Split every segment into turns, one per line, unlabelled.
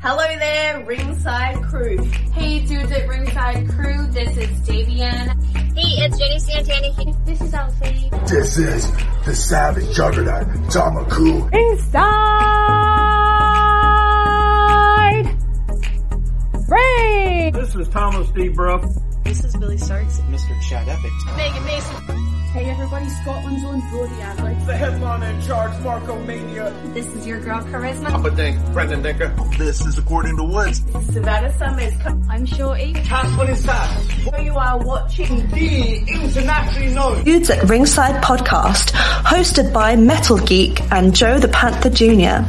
Hello there, ringside crew.
Hey dudes at Ringside Crew, this is Davian.
Hey, it's Jenny Santana. This is Alfie.
This is the Savage Juggernaut, Tamaku.
Inside Brain!
This is Thomas D. Bruff.
This is Billy Starks.
Mr. Chad Epic.
Megan Mason.
Hey everybody, Scotland's own Brody Adler.
The headliner in charge, Marco Mania.
This is your girl Charisma.
Dink, Brendan Dicker.
This is According to Woods.
Savannah Summers, come
I'm Shorty.
Casper Inside.
where you are watching.
The internationally known.
Dudes at Ringside podcast, hosted by Metal Geek and Joe the Panther Jr.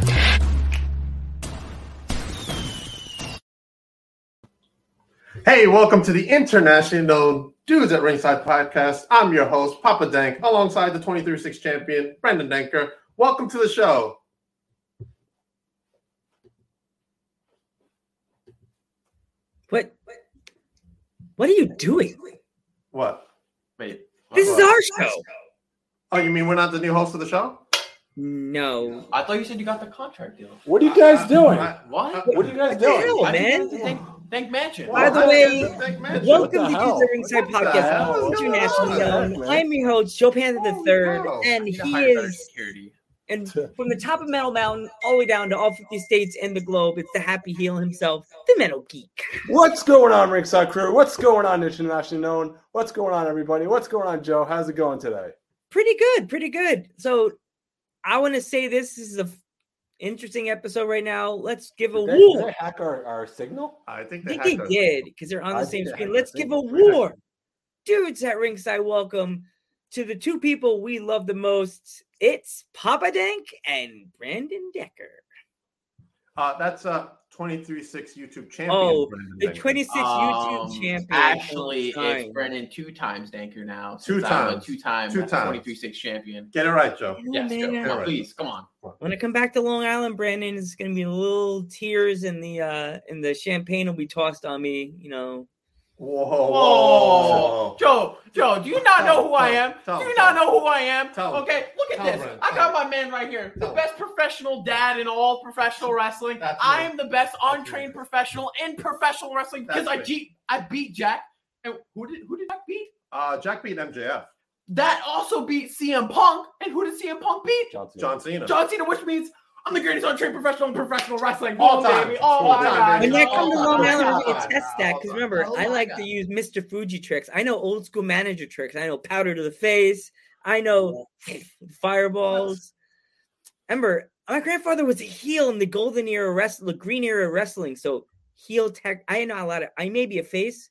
Hey, welcome to the internationally known Dudes at Ringside podcast. I'm your host, Papa Dank, alongside the 23 6 champion, Brendan Danker. Welcome to the show.
What? What are you doing?
What?
Wait.
This is our show.
Oh, you mean we're not the new host of the show?
No.
I thought you said you got the contract deal.
What are you guys doing?
I-
What?
What are you guys
What the
doing?
hell,
I think
man?
Thank, thank Mansion.
By the
I
way,
didn't think mention.
Welcome
What
to
the hell?
Dudes at Ringside
What the
Podcast,
hell?
internationally
What the
known.
hell, man?
I'm your host, Joe Panther the
Holy
Third,
cow.
and
You know,
he
hire better
is,
security.
and from the top of Metal Mountain all the way down to all 50 states and the globe, it's the Happy Heel himself, the Metal Geek.
What's going on, Ringside Crew? What's going on, Internationally Known? What's going on, everybody? What's going on, Joe? How's it going today?
Pretty good, pretty good. So, I want to say this is a f- interesting episode right now. Let's give a
Did they, did
war.
they hack our, our signal?
I think
I
they,
think
hacked
they
us.
did because they're on the
I think
same
they
screen.
had
Let's
the same
give a
screen.
war. Dudes at ringside, welcome to the two people we love the most. It's Papa Dank and Brandon Decker.
Uh, that's uh, 23 6 YouTube champion.
Oh,
Brendan
The
Danker.
26
Um,
YouTube champion.
Actually,
Fine.
it's Brendan two times Danker now.
Two
since I'm a
times.
Two times.
Two times.
23 6 champion.
Get it right, Joe.
Yes, Joe.
man.
Come on,
Alright.
please. Come on.
When I come back to Long Island, Brandon, it's gonna be a little tears and the uh and the champagne will be tossed on me, you know.
Whoa.
Whoa.
whoa.
Joe, Joe, do you not
Tell
know
him,
who I
tell
am?
him, tell
do
him,
you not
tell him.
know who I am?
Tell him.
okay, look at
Tell
this.
Brandon,
I
tell
got my man right here.
Tell
The
him.
best professional dad in all professional wrestling.
That's
I
me.
am the best
That's
untrained
me.
professional in professional wrestling because
That's
I
me.
beat I beat Jack. And who did who did Jack beat?
Uh, Jack beat MJF.
That also beat CM Punk. And who did CM Punk beat?
John Cena.
John Cena.
John Cena, which means I'm the greatest untrained professional in professional wrestling.
All
Oh,
time.
baby.
All
Oh, my
time,
God.
baby.
When I come to
Oh,
Long
my
Island, we're
God.
gonna test that because remember,
Oh,
I
my
like
God.
to use Mr. Fuji tricks. I know old school manager tricks. I know powder to the face. I know fireballs. Remember, my grandfather was a heel in the golden era wrestling, the green era wrestling. So heel tech. I know a lot of. I may be a face,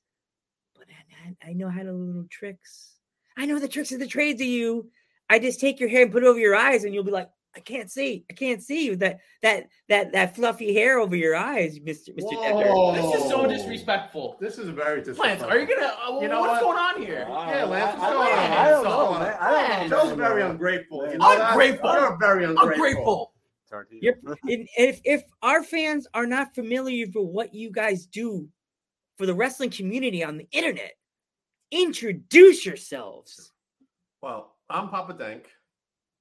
but I, I- I know how to little tricks. I know the tricks of the trades of you. I just take your hair and put it over your eyes, and you'll be like, I can't see. I can't see with that that that that fluffy hair over your eyes, Mister Mister Decker.
Whoa.
This is so disrespectful.
This is very disappointing.
Lance, are you gonna? Uh,
You know
what's
what?
going on here?
Yeah, Lance, what's
I, I,
going on?
I don't
What's
know,
going
man.
on?
I don't know.
Joe's very ungrateful. You know that?
Ungrateful.
You're very ungrateful.
I'm grateful.
Turn to you.
You're, and if if our fans are not familiar with what you guys do for the wrestling community on the internet, introduce yourselves.
Well, I'm Papa Dank.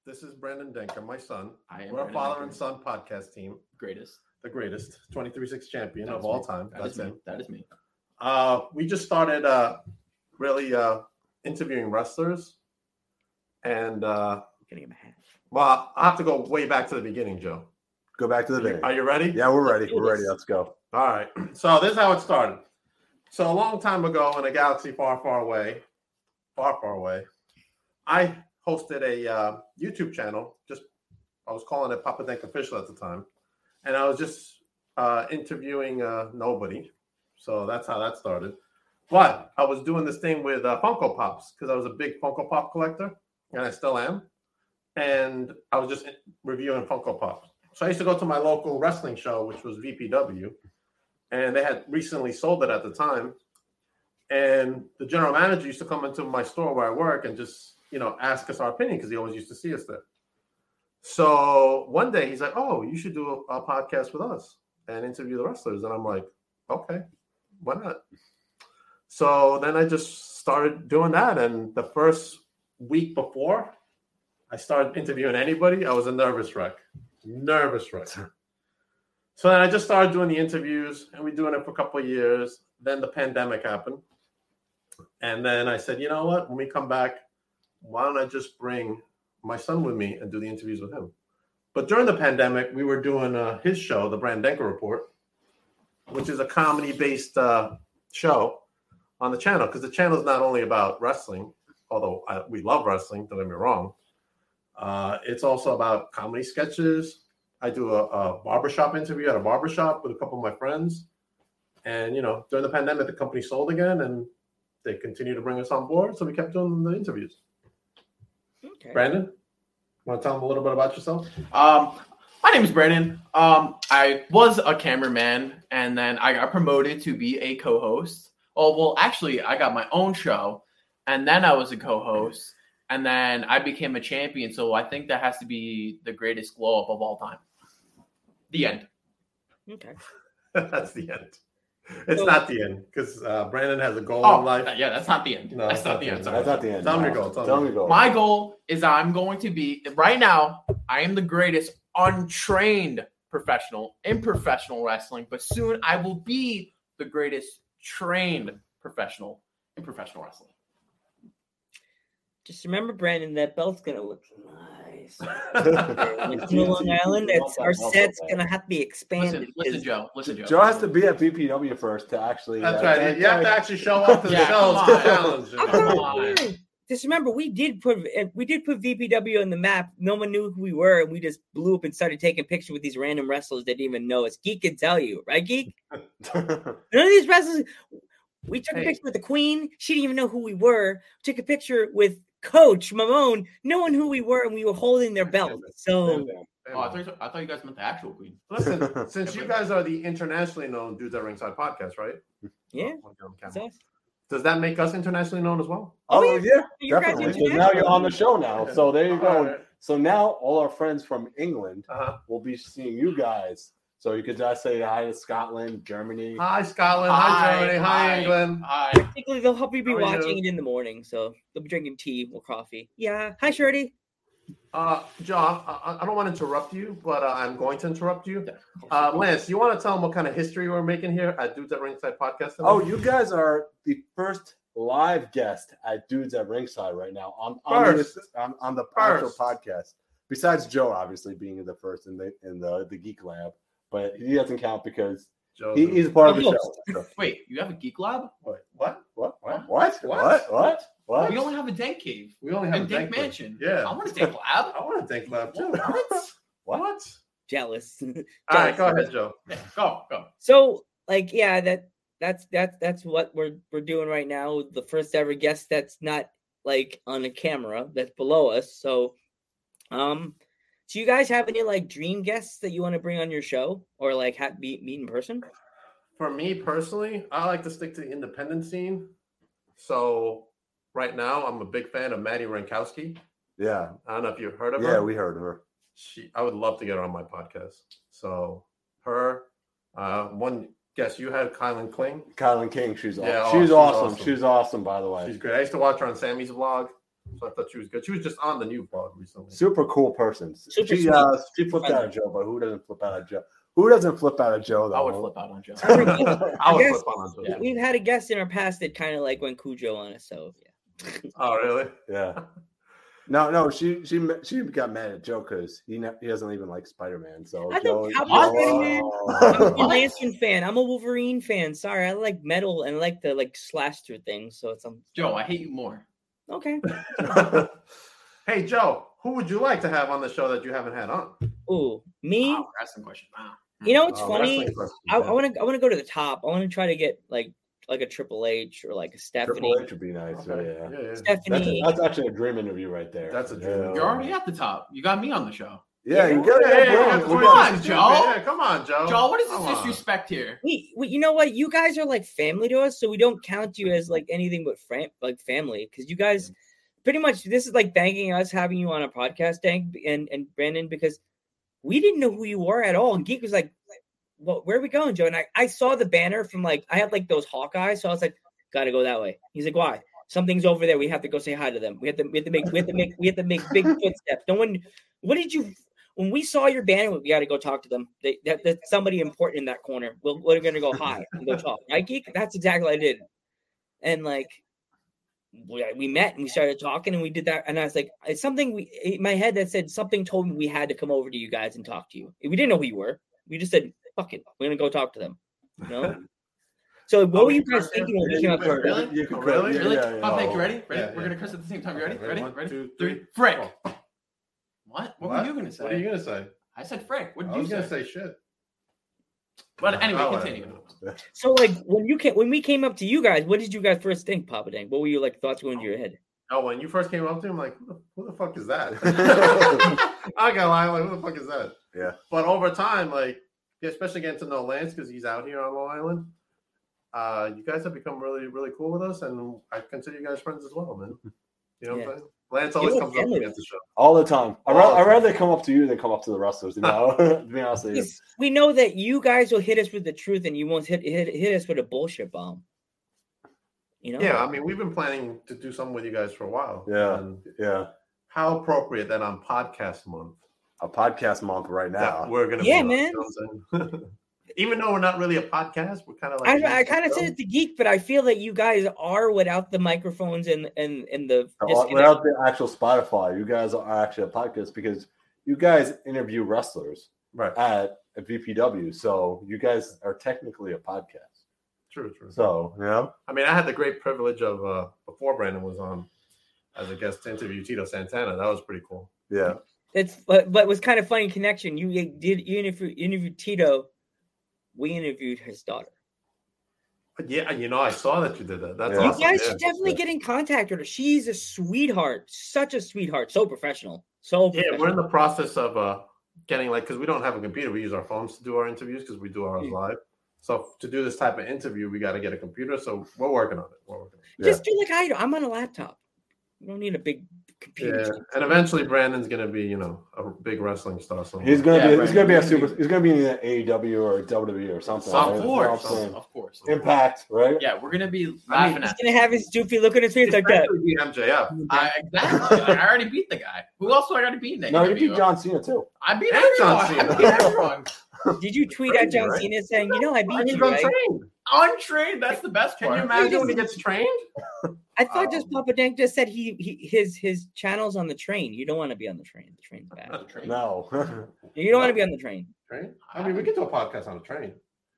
This is Brandon Denker, my son.
I
We're a
Brandon
father
Duncan,
and son podcast team,
Greatest.
the greatest 23 6 champion
That
of
is
all
me.
time.
That
That's
is me.
him.
That is me.
Uh, we just started uh, really uh, interviewing wrestlers. And, uh,
I'm gonna get my hat.
well, I have to go way back to the beginning, Joe.
Go back to the day.
Are you ready?
Yeah, we're ready.
do
We're ready.
this.
Let's go.
All right. So this is how it started. So a long time ago in a galaxy far, far away, far, far away, I hosted a uh, YouTube channel. Just I was calling it Papa Dank Official at the time, and I was just uh, interviewing uh, nobody. So that's how that started. But I was doing this thing with uh, Funko Pops because I was a big Funko Pop collector, and I still am. And I was just reviewing Funko Pops. So I used to go to my local wrestling show, which was VPW and they had recently sold it at the time. And the general manager used to come into my store where I work and just, you know, ask us our opinion because he always used to see us there. So one day he's like, "Oh, you should do a, a podcast with us and interview the wrestlers." And I'm like, "Okay, why not?" So then I just started doing that, and the first week before I started interviewing anybody, I was a nervous wreck, nervous wreck. So then I just started doing the interviews, and we were doing it for a couple of years. Then the pandemic happened, and then I said, you know what? When we come back, why don't I just bring my son with me and do the interviews with him? But during the pandemic, we were doing uh, his show, the Brandenko Report, which is a comedy-based uh, show on the channel because the channel is not only about wrestling, although I, we love wrestling. Don't get me wrong. Uh, it's also about comedy sketches. I do a, a barbershop interview at a barbershop with a couple of my friends. And, you know, during the pandemic, the company sold again and they continue to bring us on board. So we kept doing the interviews.
Okay.
Brandon, want to tell them a little bit about yourself?
Um, my name is Brandon. Um, I was a cameraman, and then I got promoted to be a co-host. Oh, well, actually, I got my own show, and then I was a co-host, and then I became a champion. So I think that has to be the greatest glow up of all time. The end.
Okay.
That's the end. It's not the end because uh, Brandon has a goal
Oh,
in life.
yeah, that's not the end.
No,
That's not the end. Sorry.
That's not the end. Tell me your goal.
Tell
me
me your goal.
My goal is I'm going to be right now. I am the greatest untrained professional in professional wrestling, but soon I will be the greatest trained professional in professional wrestling.
Just remember, Brandon, that belt's gonna look nice.
It's
It's in Long Island. It's, our set's gonna have to be expanded.
Listen, listen, Joe. Listen, Joe.
Joe has to be at BPW first to actually.
That's
uh,
right. You have to actually show up to the
Yeah,
shows
come
to
on.
challenge.
I
it.
don't know
Come
why.
on.
Just remember, we did put uh, we did put VPW on the map. No one knew who we were, and we just blew up and started taking pictures with these random wrestlers that didn't even know us. Geek can tell you, right, Geek? None of these wrestlers. We took a
Hey.
picture with the Queen. She didn't even know who we were. Took a picture with Coach Mamone, knowing who we were, and we were holding their belts. So
Oh, I, thought, I thought you guys meant the actual queen.
Listen, since you guys are the internationally known Dudes at Ringside podcast, right?
yeah,
Oh, I'm on
that's
camera.
us.
Does that make us internationally known as well?
Oh yeah,
You guys
definitely.
are
Because now you're
international.
on the show now. So there you
All
go.
right.
So now all our friends from England
Uh-huh.
will be seeing you guys. So you could just say hi to Scotland, Germany.
Hi, Scotland. Hi,
Hi,
Germany. Hi,
hi.
England.
Hi.
Particularly, they'll probably be
How are you?
watching it in the morning, so they'll be drinking tea or coffee. Yeah. Hi, Shorty.
Uh, John, I, I- I don't want to interrupt you, but uh, I'm going to interrupt you. Uh, Lance, you want to tell them what kind of history we're making here at Dudes at Ringside podcast? tonight?
Oh, you guys are the first live guest at Dudes at Ringside right now on on,
First.
the, on, on the actual
First.
podcast. Besides Joe, obviously being the first in the in the, the Geek Lab, but he doesn't count because
Joe,
he, he's a part of the
Oh,
Yes.
show. So-
Wait, you have a geek lab?
Wait, what?
What?
What?
What? What? What?
What?
What?
We only have a dank cave
We only have
and
a dank
dank
lab.
mansion.
Yeah,
I want a dank lab.
I want a dank lab too.
What?
What?
Jealous.
All right, go ahead, Joe.
Yeah, go, go.
So, like, yeah, that that's that's that's what we're we're doing right now. The first ever guest that's not like on a camera that's below us. So, um, do you guys have any like dream guests that you want to bring on your show or like have meet meet in person?
For me personally, I like to stick to the independent scene. So right now, I'm a big fan of Maddie Rankowski.
Yeah.
I don't know if you've heard of her.
Yeah, we heard her.
she I would love to get her on my podcast. So her, uh, one guest you had, Kylan Kling.
Kylan King, she's awesome.
Yeah, oh,
she's
she's
awesome.
awesome.
She's awesome, by the way.
She's great. I used to watch her on Sammy's vlog, so I thought she was good. She was just on the new vlog recently.
Super cool person.
Super
she
sweet.
uh, she flipped out at Joe, but who doesn't flip out at Joe? Who doesn't flip out at Joe though?
I would flip out on Joe.
I would
guess-
flip on her.
We- We've had a guest in our past that kind of like went Cujo on us. So, yeah.
Oh really?
Yeah. No, no, she she she got mad at Joe because he ne- he doesn't even like Spider Man. So
I
Joe,
think- I'm
Joe-
not Spider-Man. I'm a
Oh.
Lantern fan. I'm a Wolverine fan. Sorry, I like metal and I like the like slash through things. So it's um,
Joe, I hate you more.
okay.
hey Joe, who would you like to have on the show that you haven't had on?
Ooh, me.
Wow, wrestling question. Wow.
You
Oh,
know what's
Uh,
funny?
wrestling question.
I want to. I want to go to the top. I want to try to get like like a Triple H or like a Stephanie.
Triple H would be nice.
Okay. yeah,
Yeah.
yeah.
That's,
Stephanie.
that's actually a dream interview right there.
That's a dream.
Yeah.
You're already at the top. You got me on the show.
Yeah, you got
Yeah, yeah, yeah,
it.
that's
Come
what
on,
it is.
Joe.
Yeah, come on, Joe.
Joe, what is
Oh, Come
this
on.
disrespect here?
We, we, you know what? You guys are like family to us, so we don't count you as like anything but fam- like family because you guys pretty much this is like thanking us having you on a podcast, Dank and and Brandon because we didn't know who you were at all. And Geek was like, "Well, where are we going, Joe?" And I, I saw the banner from like I had like those Hawkeyes, so I was like, "Gotta go that way." He's like, "Why?" Something's over there. We have to go say hi to them. We have to we have to make we have to make we have to make big footsteps. No one. What did you? when we saw your band, we got to go talk to them. They, that, that's somebody important in that corner. We'll, we're going to go hi and go talk. Right, geek? That's exactly what I did. And like, we, we met and we started talking and we did that. And I was like, it's something we, in my head that said something told me we had to come over to you guys and talk to you. We didn't know who you were. We just said, fuck it. We're going to go talk to them. You know? So what were you guys thinking when you came up with
Really?
that?
Really?
can
Oh,
cut-
really?
yeah,
Really?
yeah, yeah.
Bob, Hank, you ready? Ready?
Yeah,
We're
yeah.
gonna curse at the same time. You ready?
Okay,
Ready?
one,
Ready?
two,
three.
three,
Frank.
four.
What? What, were you gonna say?
What are you gonna say?
I said Frank. What did
I
you
was
say?
gonna say shit.
But anyway,
Oh,
continue.
So like when you came, when we came up to you guys, what did you guys first think, Papa Dang? What were your like thoughts going through your head?
Oh, when you first came up to him, like, who the, who the fuck is that? I got lie, like, who the fuck is that?
Yeah.
But over time, like, yeah, especially getting to know Lance because he's out here on Long Island. Uh, you guys have become really, really cool with us, and I consider you guys friends as well, man. You know what
Yeah.
I'm saying? Lance always
You're
comes up to me
family.
at the show.
All the time. I
All
Oh,
the
rather, I
time.
rather they come up to you than come up to the wrestlers. You know, to be honest with you.
Because we know that you guys will hit us with the truth, and you won't hit hit, hit us with a bullshit bomb. You know?
Yeah, I mean, we've been planning to do something with you guys for a while.
Yeah.
And
Yeah,
how appropriate that on podcast month
a podcast month right
that
now.
we're gonna
Yeah,
be on,
man.
you know what I'm saying? Even though we're not really a podcast, we're kind of like
I, I kind of said it's a geek, but I feel that you guys are without the microphones and and and the
Without
disconnect.
without the actual Spotify, you guys are actually a podcast because you guys interview wrestlers
right.
at VPW, so you guys are technically a podcast.
True, true.
So yeah,
I mean, I had the great privilege of uh, before Brandon was on as a guest to interview Tito Santana. That was pretty cool.
yeah,
That's but but it was kind of funny connection. You did you interview, interviewed Tito. We interviewed his daughter.
But yeah, you know, I saw that you did that. That's
Yeah.
You
awesome.
guys
yeah.
should definitely
yeah.
get in contact with her. She's a sweetheart, such a sweetheart, so professional, so
Yeah,
professional.
we're in the process of uh, getting like because we don't have a computer. We use our phones to do our interviews because we do ours
Hmm.
live. So to do this type of interview, we got to get a computer. So we're working on it. We're working on
yeah.
Just do like I do. I'm on a laptop. You don't need a big computer.
it. Yeah, and eventually Brandon's gonna be you know a big wrestling star. Somewhere.
He's gonna
Yeah,
be
right.
he's gonna be a super he's gonna be in the AEW or WWE or something. right?
Of
That's what I'm
course.
saying.
Of course.
Impact, right?
Yeah, we're gonna be
I mean,
laughing
He's
at.
gonna have his doofy look in his face like that.
Especially the MJF.
I, exactly. I already beat the guy. Who else do I gotta beat? in
No, you
AEW?
beat John Cena too.
I beat
And John
everyone. I
Cena.
beat everyone.
Did you tweet at
crazy,
John
right?
Cena saying, "You know, I
Why
beat
he's
you"? Right?
untrained?
Untrained. That's the best
Can
part.
you imagine when he gets trained?
I thought
Um,
just Papa Dank just said he, he his his channel's on the train. You don't want to be on the train. The train's bad.
No.
You don't want to be on the train.
Train? I mean, we could do a podcast on a train.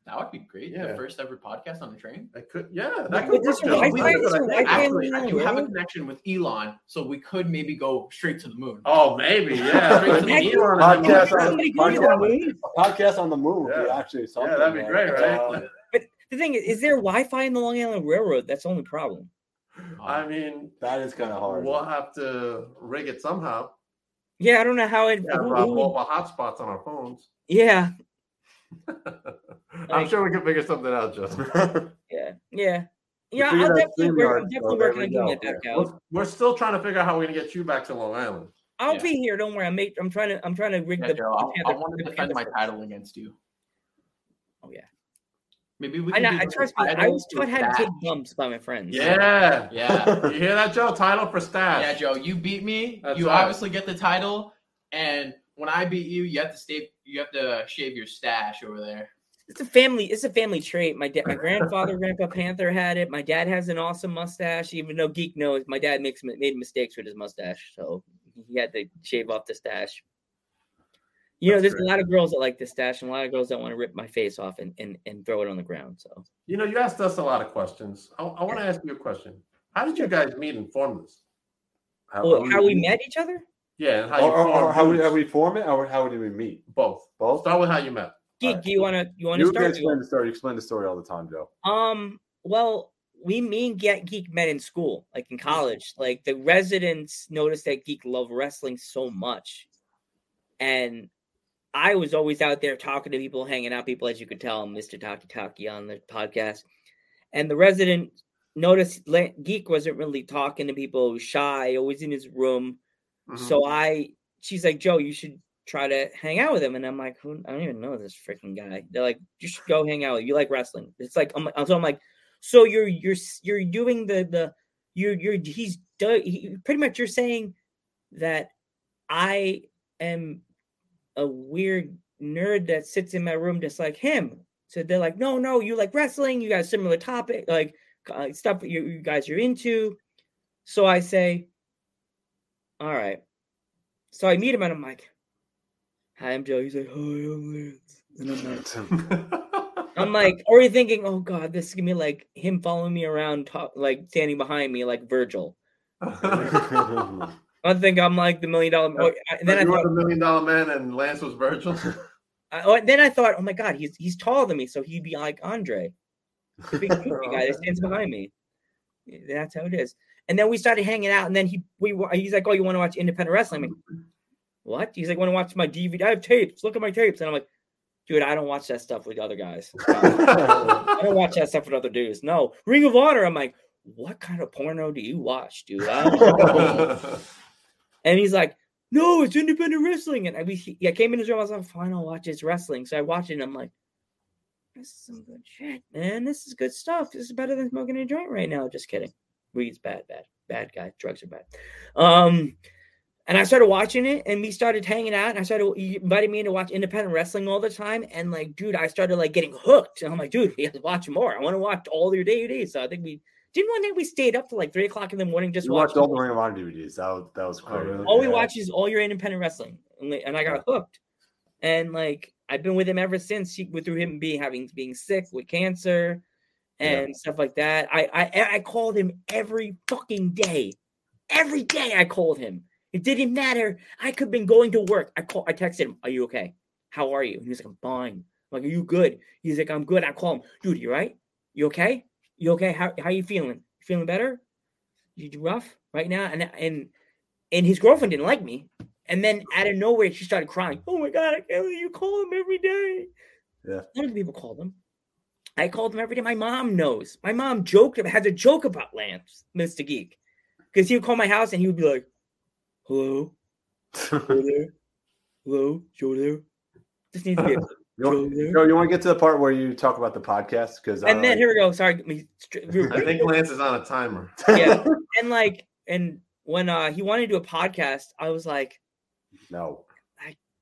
That would be great. The
Yeah.
first ever podcast on the train.
I could, yeah,
But
that could work.
this
Joe.
Wi-Fi-
We could do
this
that.
Wi-Fi
Actually,
on
I
the
do have a
road?
connection with Elon, so we could maybe go straight to the moon.
Oh, maybe, yeah.
Straight to the
Actually,
moon.
podcast, on,
Somebody go to the
podcast,
moon.
podcast on the moon would be
Yeah.
actually something.
that'd be
man.
great, right?
Uh,
The thing is, is there Wi-Fi in the Long Island Railroad? That's the only problem.
I mean,
that is kind of hard.
we'll have to rig it somehow.
Yeah, I don't know how it.
We have
who-
uh,
who-
mobile hotspots on our phones.
yeah,
I'm
Like-
sure we can figure something out, Justin.
yeah, yeah,
We
yeah.
figured
I'll
out
definitely
StreamYard,
work.
so
I'm
there
definitely working
we
on doing
go.
that back out.
We're, we're still trying to figure out how we're gonna get you back to Long Island.
I'll
Yeah.
be here. Don't worry. I'm make, I'm trying to. I'm trying to rig
Yeah,
the.
Joe, I, I
Panther-
want
the
to defend my
Panther.
title against you.
Oh, yeah.
Maybe we
I
can.
know.
do
I
the
trust me. I
title
was taught
for
how to take
stash.
bumps by my friends.
Yeah,
Yeah,
you hear that, Joe? Title for stash.
yeah, Joe. You beat me.
That's
you
right.
obviously get the title, and when I beat you, you have to stay. You have to shave your stash over there.
It's a family. It's a family trait. My dad, my grandfather, Grandpa Panther had it. My dad has an awesome mustache. Even though geek knows, my dad makes made mistakes with his mustache, so he had to shave off the stash. You know,
That's
there's a lot of girls that like the stash, and a lot of girls that want to rip my face off and, and, and throw it on the ground. So
You know, you asked us a lot of questions. I, I want to ask you a question. How did you guys meet and form this?
Well, how we met each other?
Yeah, and how you
Or, or, or
formed
how, we,
groups?
how we form it, or how do we meet?
both.
Both.
Start with how you met.
Geek,
Alright.
do you want to you want to
You can
start?
explain the story. You explain the story all the time, Joe.
Um, well, we me and Ge- Geek met in school, like in college. Like the residents noticed that Geek loved wrestling so much, and I was always out there talking to people, hanging out people, as you could tell, Mister Taki Taki on the podcast, and the resident noticed Le- Geek wasn't really talking to people. He was shy, always in his room.
Mhm.
So I, she's like, Joe, you should try to hang out with him. And I'm like, who? I don't even know this freaking guy. They're like, you should go hang out. with You like wrestling? It's like, I'm, so I'm like, so you're you're s- you're doing the the you're you're he's do- he, pretty much you're saying that I am a weird nerd that sits in my room just like him. So they're like, no, no, you like wrestling. You got a similar topic, like uh, stuff that you, you guys are into. So I say, all right. So I meet him and I'm like, hi, I'm Joe. He's like, hi, I'm Lance. And I'm
Mm-hmm.
like, I'm like already thinking, oh God, this is going to be like him following me around, talk, like standing behind me like Virgil. I think I'm like the million dollar. oh, and then I
you were
thought,
the million dollar man, and Lance was Virgil.
I, oh, and then I thought, oh my god, he's he's taller than me, so he'd be like Andre, the big goofy guy that stands behind me. That's how it is. And then we started hanging out, and then he we wa- he's like, oh, you want to watch independent wrestling? I'm like, what? He's like, want to watch my DVD? I have tapes. Look at my tapes, and I'm like. Dude, I don't watch that stuff with other guys. I don't watch that stuff with other dudes. No, Ring of Honor. I'm like, what kind of porno do you watch, dude? I don't know." and he's like, no, it's independent wrestling. And I, we, he- I came in his room. I was like, fine, I'll watch his wrestling. So I watched it. and I'm like, this is some good shit, man. This is good stuff. This is better than smoking a joint right now. Just kidding. Weed's bad, bad, bad guy. Drugs are bad. Um, and I started watching it, and we started hanging out. And I started he invited me in to watch independent wrestling all the time. And like, dude, I started like getting hooked. And I'm like, dude, we have to watch more. I want to watch all your DVDs. So I think we didn't one day we stayed up till like three o'clock in the morning just
You
watching.
watched all the Ring of Honor DVDs. That was, that was crazy.
All we watch is all your independent wrestling, and like- and I got hooked. And like I've been with him ever since. He, with through him being having being sick with cancer and stuff like that. I I I called him every fucking day, every day I called him. It didn't matter. I could have been going to work. I call. I texted him. Are you okay? How are you? And he's like, I'm fine. I'm like, are you good? He's like, I'm good. I call him, dude. You right? You okay? You okay? How how you feeling? Feeling better? You rough right now? And and and his girlfriend didn't like me. And then out of nowhere, she started crying. Oh my god, I can't believe you call him every day.
Yeah.
None of the people called him. I called him every day. My mom knows. My mom joked about has a joke about Lance, Mr. Geek. Because he would call my house and he would be like, Hello? Joe there? Hello? Joe there? This needs to be a
You want, Joe, you want to get to the part where you talk about the podcast? Because
and then here we go. Sorry, we- we-
I think
Lance is on a timer.
yeah. And like, and when uh he wanted to do a podcast, I was like,
no,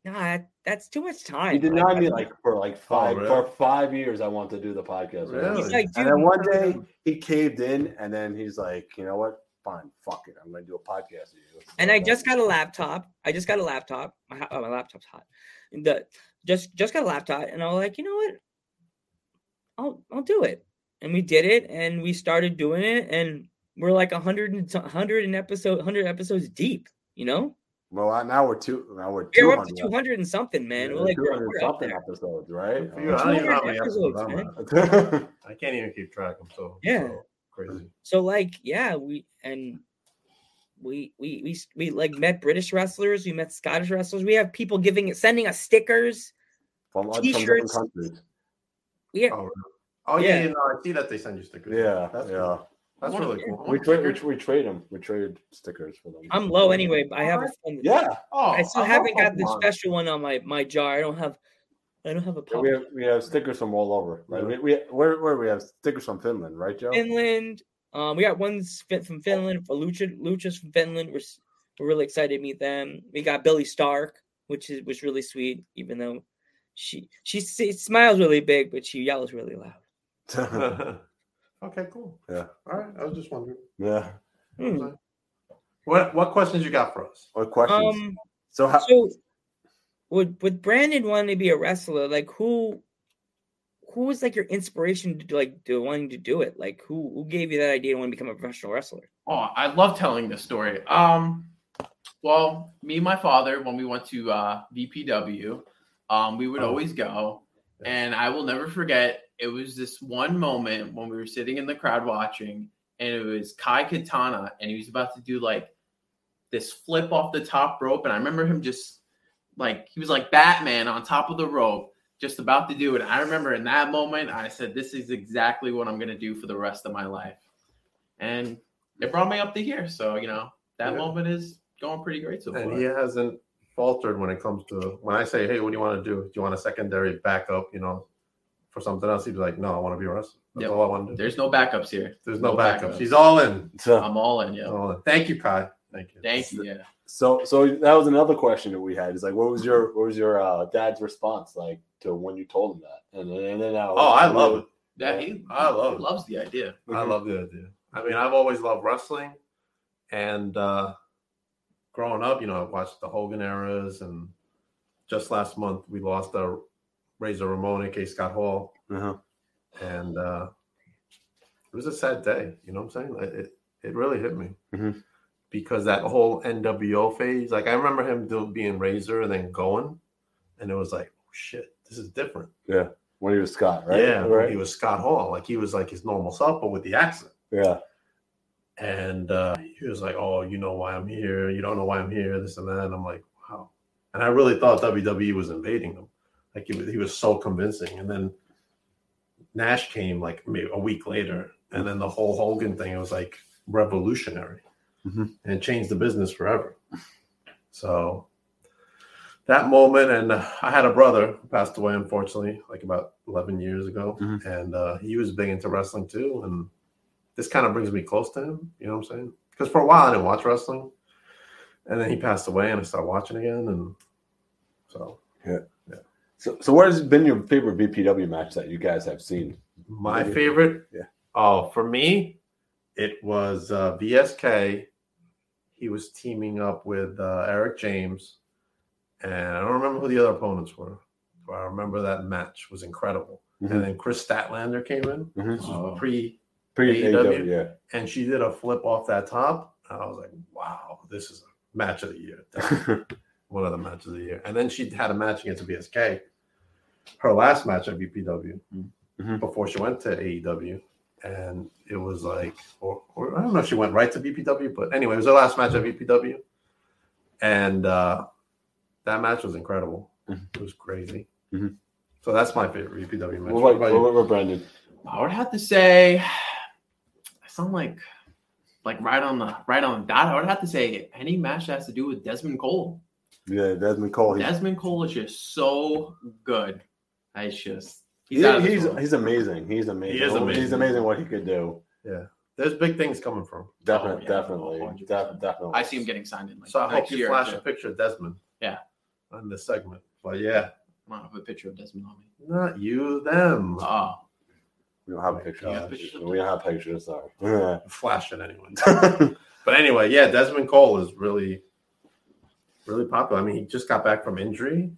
Nah, that's too much time.
you
I-
denied
I
me
don't-
like for like five
really?
for five years. I wanted to do the podcast.
Really? He's like,
and
dude,
then one day he caved in, and then he's like, you know what? Fine, fuck it. I'm going to do a podcast. With you.
and I just got a laptop. I just got a laptop. My, ho- oh, my laptop's hot. The just just got a laptop, and I was like, you know what? I'll I'll do it. And we did it, and we started doing it, and we're like a hundred and hundred and episode hundred episodes deep. You know,
Well, I- now we're two. Now we're
Yeah,
two
we're up to
hundred.
two hundred and something, man.
Yeah,
we're like we're,
200
we're up
something
there.
episodes, right? Oh,
Good for you. I don't even know how many episodes I'm
I can't even keep track. I'm so
Yeah.
crazy.
So like, yeah, we and we we we s- we like met British wrestlers, we met Scottish wrestlers. We have people giving it, sending us stickers.
From, from different
T-shirts.
countries.
Yeah.
Oh, Oh yeah,
Yeah.
you know, I see that they send you stickers.
Yeah,
that's
yeah.
cool. That's really cool.
We trade, we, tra- we trade them. We trade stickers for them.
I'm low anyway. but I have a friend.
Yeah.
Oh,
I still
I
haven't
love
got the
Pokemon.
special one on my my jar. I don't have. I don't have a
Yeah,
pop.
we have we have stickers from all over. Right? We, we where where we have stickers from Finland, right, Joe?
Finland. Um, we got ones fit from Finland for Lucha. Lucha's from Finland. We're s- we're really excited to meet them. We got Billy Stark, which is was really sweet, even though she she s- smiles really big, but she yells really loud.
okay, cool.
Yeah.
All right. I was just wondering.
Yeah.
Hmm.
What what questions you got for us?
What
Um,
so how?
So would with Brandon wanting to be a wrestler, like who who was like your inspiration to like to wanting to do it? Like who who gave you that idea to want to become a professional wrestler?
Oh, I love telling this story. Um, well, me and my father, when we went to uh, VPW, um, we would
Oh.
always go, and I will never forget. It was this one moment when we were sitting in the crowd watching, and it was Kai Katana, and he was about to do like this flip off the top rope, and I remember him just like he was like Batman on top of the rope, just about to do it. I remember in that moment, I said, "This is exactly what I'm going to do for the rest of my life," and it brought me up to here. So you know that
Yeah.
moment is going pretty great so far.
And he hasn't faltered when it comes to when I say, "Hey, what do you want to do? Do you want a secondary backup? You know, for something else?" He's like, "No, I want to be a wrestler. That's
Yep.
all I want to do."
There's no backups here.
There's no,
No
backups.
backups.
He's all in.
I'm all in. Yeah.
All in. Thank Oh, you, Kai. Thank you.
Thank you. Yeah.
So, so that was another question that we had. Is like, what was your what was your uh, dad's response like to when you told him that? And, and then I was-
Oh, I love it.
Yeah, he,
I love it.
loves the idea.
I love the idea. I mean, I've always loved wrestling, and uh, growing up, you know, I watched the Hogan eras, and just last month we lost our Razor Ramon, aka Scott Hall,
Uh-huh.
and uh, it was a sad day. You know what I'm saying? It it, it really hit me because that whole NWO phase. Like I remember him do, being Razor and then going, and it was like, oh, shit, this is different.
Yeah, when he was Scott, right?
Yeah,
right.
he was Scott Hall. Like he was like his normal self, but with the accent.
yeah.
And uh, he was like, "Oh, you know why I'm here. You don't know why I'm here. This and that." And I'm like, "Wow." And I really thought WWE was invading him. Like he was, he was so convincing. And then Nash came like maybe a week later, and then the whole Hogan thing it was like revolutionary and it changed the business forever. So that moment, and uh, I had a brother who passed away unfortunately, like about eleven years ago, and uh, he was big into wrestling too. And this kind of brings me close to him. You know what I'm saying? Because for a while I didn't watch wrestling, and then he passed away, and I started watching again, and so
Yeah. So, so what has been your favorite VPW match that you guys have seen?
My favorite,
Yeah.
oh, for me, it was uh, VSK. He was teaming up with uh, Eric James, and I don't remember who the other opponents were, but I remember that match was incredible.
Mhm.
And then Chris Statlander came in,
Mhm.
This was pre
E
Pre-
AEW,
AEW, E yeah.
and she did a flip off that top. And I was like, wow, this is a match of the year, Definitely one of the matches of the year. And then she had a match against BSK, her last match at BPW before she went to AEW, and it was like, or, or I don't know if she went right to BPW, but anyway, it was her last match at BPW, and uh, that match was incredible. It was crazy. So that's my favorite BPW match.
What about-
you?
what about Brandon?
I would have to say, I sound like like right on the right on the dot. I would have to say any match that has to do with Desmond Cole.
Yeah, Desmond Cole. He-
Desmond Cole is just so good. I just he's
he-
out of this
he's,
world.
he's amazing. He's amazing.
is
He's
amazing.
amazing what he could do.
Yeah, there's big things coming from.
Definitely,
Oh,
definitely, def- definitely.
I see him getting signed in like
So I hope
next
you
year.
flash
too.
a picture of Desmond
Yeah,
on this segment. But yeah,
I don't have a picture of Desmond on me.
not you, them.
Oh,
We don't have a picture.
You
of
have
him.
pictures of
we don't have pictures. Sorry. Yeah.
flash it anyway. but anyway, yeah, Desmond Cole is really, really popular. I mean, he just got back from injury,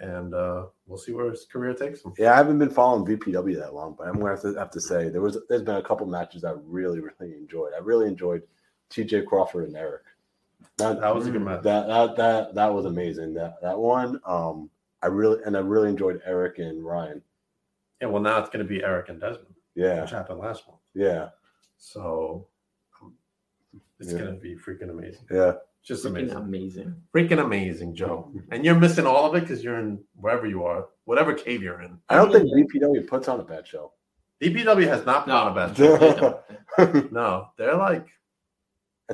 and uh, we'll see where his career takes him.
Yeah, I haven't been following VPW that long, but I'm gonna have to have to say there was there's been a couple matches I really really enjoyed. I really enjoyed T.J. Crawford and Eric.
That was a good match.
That that that, that was amazing. That that one. Um, I really and I really enjoyed Eric and Ryan.
Yeah, well, now it's going to be Eric and Desmond,
Yeah,
which happened last month.
yeah,
So um, it's
Yeah.
going to be freaking amazing.
yeah.
Just
freaking
amazing.
amazing.
Freaking amazing, Joe. And you're missing all of it because you're in wherever you are, whatever cave you're in.
I don't think VPW puts on a bad show.
DPW has not been
No.
on a bad show.
it's
No, they're like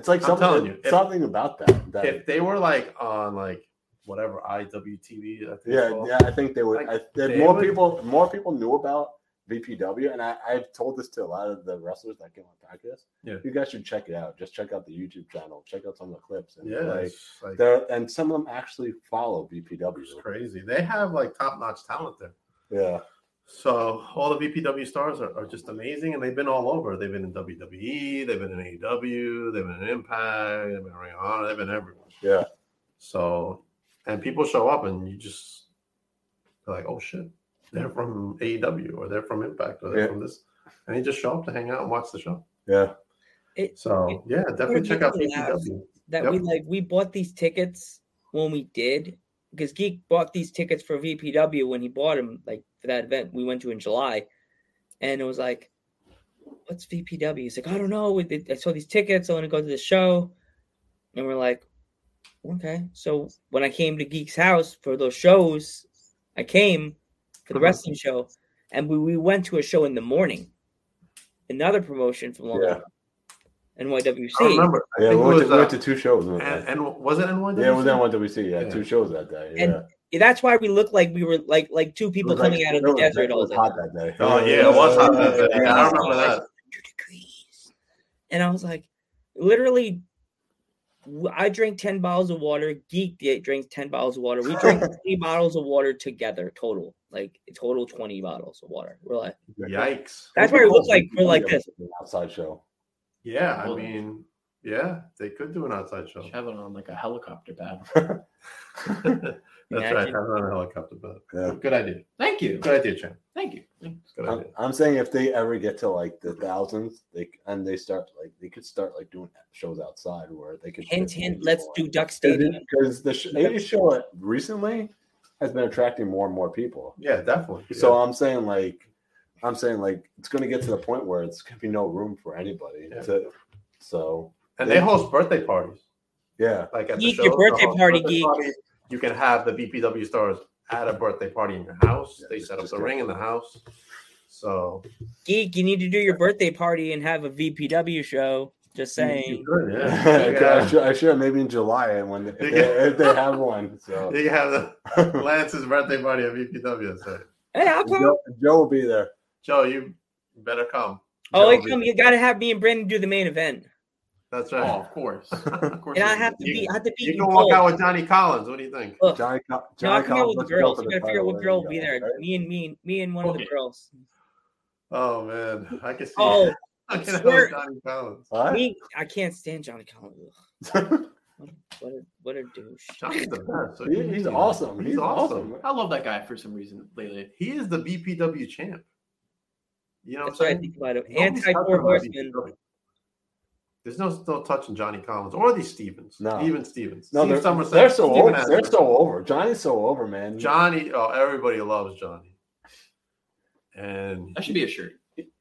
like
I'm telling
something
you, if-
something about that. that
if they were like on like whatever IWTV, I think it's
Yeah,
called.
yeah, I think they would.
Like,
I, that
they
more
would-
people, more people knew about VPW, and I, I've told this to a lot of the wrestlers that came on podcast.
Yeah.
you guys should check it out. Just check out the YouTube channel. Check out some of the clips. And
yeah,
like,
it's, like,
there, and some of them actually follow VPW.
it's crazy. They have like top notch talent there.
Yeah,
So all the VPW stars are, are just amazing, and they've been all over. They've been in WWE, they've been in AEW, they've been in Impact, they've been in Ring of Honor, they've been everywhere.
yeah,
So, and people show up, and you just they're like, oh shit, they're from AEW or they're from Impact or they're
Yeah.
from this, and you just show up to hang out and watch the show.
yeah.
It,
So yeah, definitely check out E
really loud.
VPW.
that
Yep.
we like we bought these tickets when we did because Geek bought these tickets for VPW when he bought them like for that event we went to in July, and it was like, "What's VPW?" He's like, "I don't know. We did- I saw these tickets. I want to go to the show," and we're like, "Okay." So when I came to Geek's house for those shows, I came for
Uh-huh.
the wrestling show, and we, we went to a show in the morning, another promotion from Long
Yeah.
Island, NYWC.
I remember. I
Yeah, we
think it
went,
was,
to, we
uh,
went to two shows. wasn't it?
and, and was it NYWC?
yeah, it was NYWC. Yeah,
Yeah.
two shows that day. Yeah.
And that's why we look like we were like like two
It
people
was like-
coming out of
it
the
was-
desert
It
all
was
the
hot
time.
that day.
Oh yeah, it was hot that day. Yeah, I remember that.
Degrees. And I was like, literally w- I drink 10 bottles of water. Geek d- drinks 10 bottles of water. We drink three bottles of water together total, like total 20 bottles of water. We're like,
Yikes.
That's why it looks like we're like this.
outside show.
Yeah, I
Well-
mean, yeah, they could do an outside show.
Have it on like a helicopter pad.
That's right. Have it on a helicopter bed. Good idea.
Thank you.
Good idea, Chan.
Thank you.
Good
I'm, I'm saying if they ever get to like the thousands, they and they start like they could start like doing shows outside where they could
hint, hint, let's do Duck Stadium.
because the sh- they just show it recently has been attracting more and more people.
Yeah, definitely.
So uh, I'm saying like I'm saying like it's going to get to the point where it's going to be no room for anybody.
Yeah.
To, so
And they host birthday parties.
Yeah,
Like at
Geek,
the show,
your birthday
they'll host
party,
birthday
geek.
parties. You can have the BPW stars at a birthday party in your house. they set up the ring in the house. So
Geek, you need to do your birthday party and have a VPW show. Just saying.
could,
Yeah, I should, I should maybe in July and when if they, if they have one. So
you can have the Lance's birthday party at BPW. So.
Hey, I'll
Joe, Joe will be there.
Joe, you better come.
Oh,
Joe,
wait, come, you gotta have me and Brandon do the main event.
That's right.
Oh, of course.
Of course
And I
you-
have to
you-
be- I have to beat
You
you
can walk
both.
out with Johnny Collins. What do you think?
Look,
Johnny,
No,
Co-
I
Johnny
come out
Collins.
with the
let's go
girls.
for
You
the
gotta figure out
title
what girl will
and
be
go,
there.
right?
Me and me and me and one of the
Okay.
girls.
Oh man, I can see.
Oh,
I can
swear-
have Johnny Collins.
What?
Me, I can't stand Johnny Collins. What what a what a douche.
Johnny's the best. So
He-
you-
he's awesome. He's,
He's awesome.
awesome.
I love that guy for some reason lately.
He is the BPW champ. You know what I'm
That's what I
saying?
think about him.
Nobody's
Anti
talking
four
about
horsemen.
BPW. There's no no touching Johnny Collins or these Stevens.
No.
Even Stevens.
No,
Steve
they're,
Somerset,
they're so
Steven
over.
Adler.
They're so over. Johnny's so over, man.
Johnny. Oh, everybody loves Johnny. And
That should be a shirt.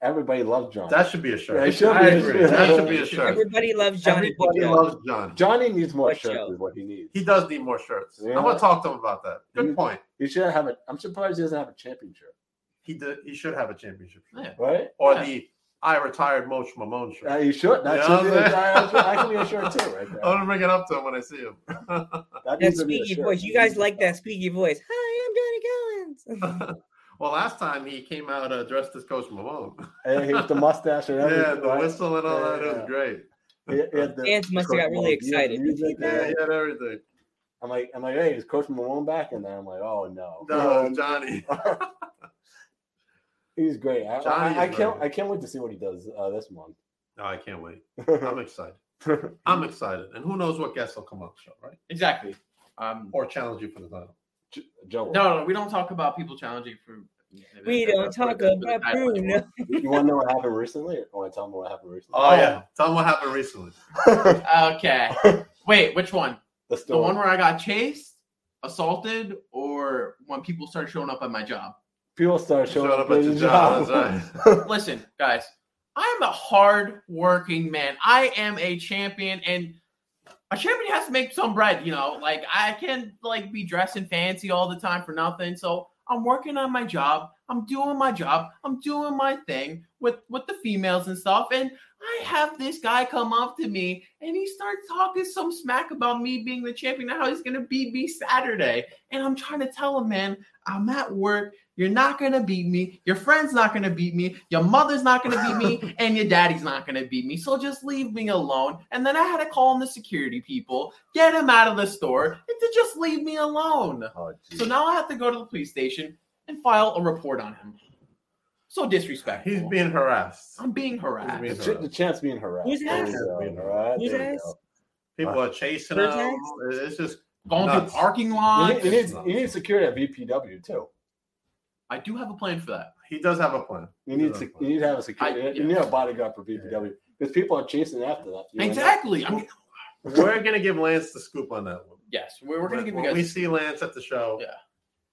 Everybody loves Johnny.
that should be a shirt.
Yeah, it should
I
be a
agree.
shirt.
That should be a shirt.
Everybody loves Johnny.
Everybody
Picchio.
loves Johnny.
Johnny needs more
What
shirts.
show?
Is what he needs.
He does need more shirts.
Yeah.
I'm gonna talk to him about that. Good
Mhm.
point.
He should have a. I'm surprised he doesn't have a championship.
He did, he should have a championship shirt.
Yeah.
Right?
Or
Yeah.
the I retired Moch Mamone shirt.
Yeah, he should. That
You know
should be
what I'm
a,
saying?
that, that could be a shirt too, right
I'm
there.
gonna bring it up to him when I see him.
That
That
needs to be a
squeaky
shirt.
voice. You guys like that squeaky voice. Hi, I'm Johnny Collins.
well, last time he came out uh, dressed as Coach Mamone.
And he with the mustache and everything.
yeah, the
right?
whistle and all
Yeah,
that. It
yeah.
was great.
He- he had the-
Fans must have got really
Yeah,
excited.
music,
Yeah,
yeah.
he had everything.
I'm like, I'm like, hey, is Coach Malone back? And then I'm like, oh no,
No, Johnny.
he's great. I,
Johnny
I, I
is
can't,
great.
I can't wait to see what he does uh, this month.
No, I can't wait. I'm excited.
Mm-hmm.
I'm excited. And who knows what guests will come on the show, right?
Exactly. Um,
Or challenge you for the title.
J- Joe,
no, no, we don't talk about people challenging for.
We don't talk about Bruno.
you want to know what happened recently? Or want to tell him what happened recently?
Oh, yeah. Tell them what happened recently.
Okay. Wait, which one?
the
The
story.
one where I got chased, assaulted, or when people started showing up at my job?
people start showing
Showing
up
up at
at
your
his
job,
job.
that's
Listen, guys, I'm a hard working man. I am a champion and a champion has to make some bread, you know. Like I can't like be dressing fancy all the time for nothing. So I'm working on my job. I'm doing my job. I'm doing my thing with with the females and stuff. And I have this guy come up to me and he starts talking some smack about me being the champion and how he's gonna beat me Saturday. And I'm trying to tell him, man, I'm at work. You're not gonna beat me. Your friend's not gonna beat me. Your mother's not gonna beat me, and your daddy's not gonna beat me. So just leave me alone. And then I had to call in the security people, get him out of the store, and to just leave me alone.
Oh, geez.
So now I have to go to the police station and file a report on him. So disrespectful.
He's being harassed.
I'm being
He's being
harassed.
the, ch- the chance being harassed.
Who's
There we
ass?
go. All right,
Who's
there we
ass?
go.
People are chasing
Who's
him. It's just
Going through
Nuts.
parking
You
lots.
need, you need, you need security at VPW too.
I do have a plan for that.
he does have a plan.
You need
Yeah.
to, you need to have a security.
I-
You need a bodyguard for VPW because people are chasing after that. You know?
Exactly. I'm,
We're gonna give Lance the scoop on that one.
yes, we're, we're gonna
When-
give you
when
guys.
we see Lance at the show.
Yeah.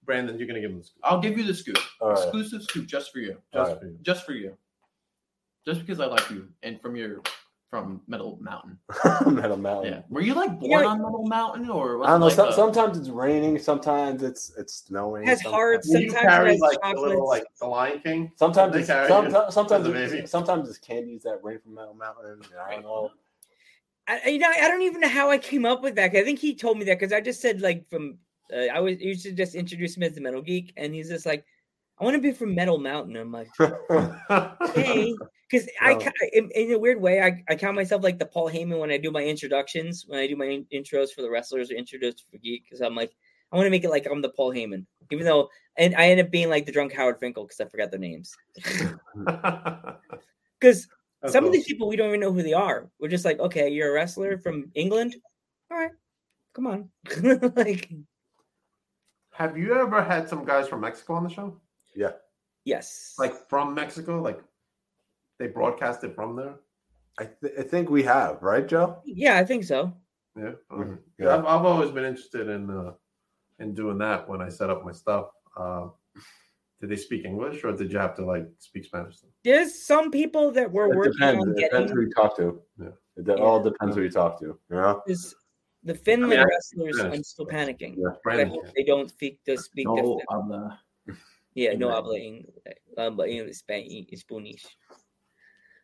Brandon, you're gonna give him the scoop.
I'll give you the scoop.
All right.
Exclusive scoop just for you.
Just
Alright.
for you.
Just for you. Just because I like you and from your from Metal Mountain.
Metal Mountain.
Yeah. Were you like born
Yeah.
on Metal Mountain or was
I don't know.
it
some-
like a-
sometimes it's raining. Sometimes it's it's snowing.
It has
sometimes-
hearts,
Will you
Sometimes he
carry
has
like the
chocolates.
little like the Lion King.
Sometimes
They
it's,
carry
some,
you as
sometimes
a baby.
it's, sometimes it's candies that rain from Metal Mountain. and I don't know.
I, I- you know, I don't even know how I came up with that. 'cause I think he told me that because I just said like from uh, I was you should just introduce him as the metal geek, and he's just like, I want to be from Metal Mountain. I'm like, hey, because I, ca- in, in a weird way, I, I count myself like the Paul Heyman when I do my introductions, when I do my in- intros for the wrestlers or intros for geek, because I'm like, I want to make it like I'm the Paul Heyman, even though, and I end up being like the drunk Howard Finkel because I forgot their names. Because
Oh,
That's
some of these people we don't even know who they are. We're just like, okay, you're a wrestler from England. All right, come on. like,
Have you ever had some guys from Mexico on the show?
Yeah.
Yes.
Like from Mexico, like they broadcast it from there.
I, th- I think we have, right, Joe?
yeah, I think so.
Yeah. Okay. Yeah, Mm-hmm. I've, I've always been interested in uh, in doing that when I set up my stuff. Uh, did they speak English or did you have to like speak Spanish?
There's some people that were
It
working
depends.
on
It depends
getting
who you talk to. It de- all depends who you talk to. You know?
is the Finland
I mean, I-
wrestlers.
yeah.
I'm still panicking.
Yeah,
But I
Finland.
hope they don't speak the speak the
No
Fin- yeah no habla Eng- habla Eng- Span- Spanish.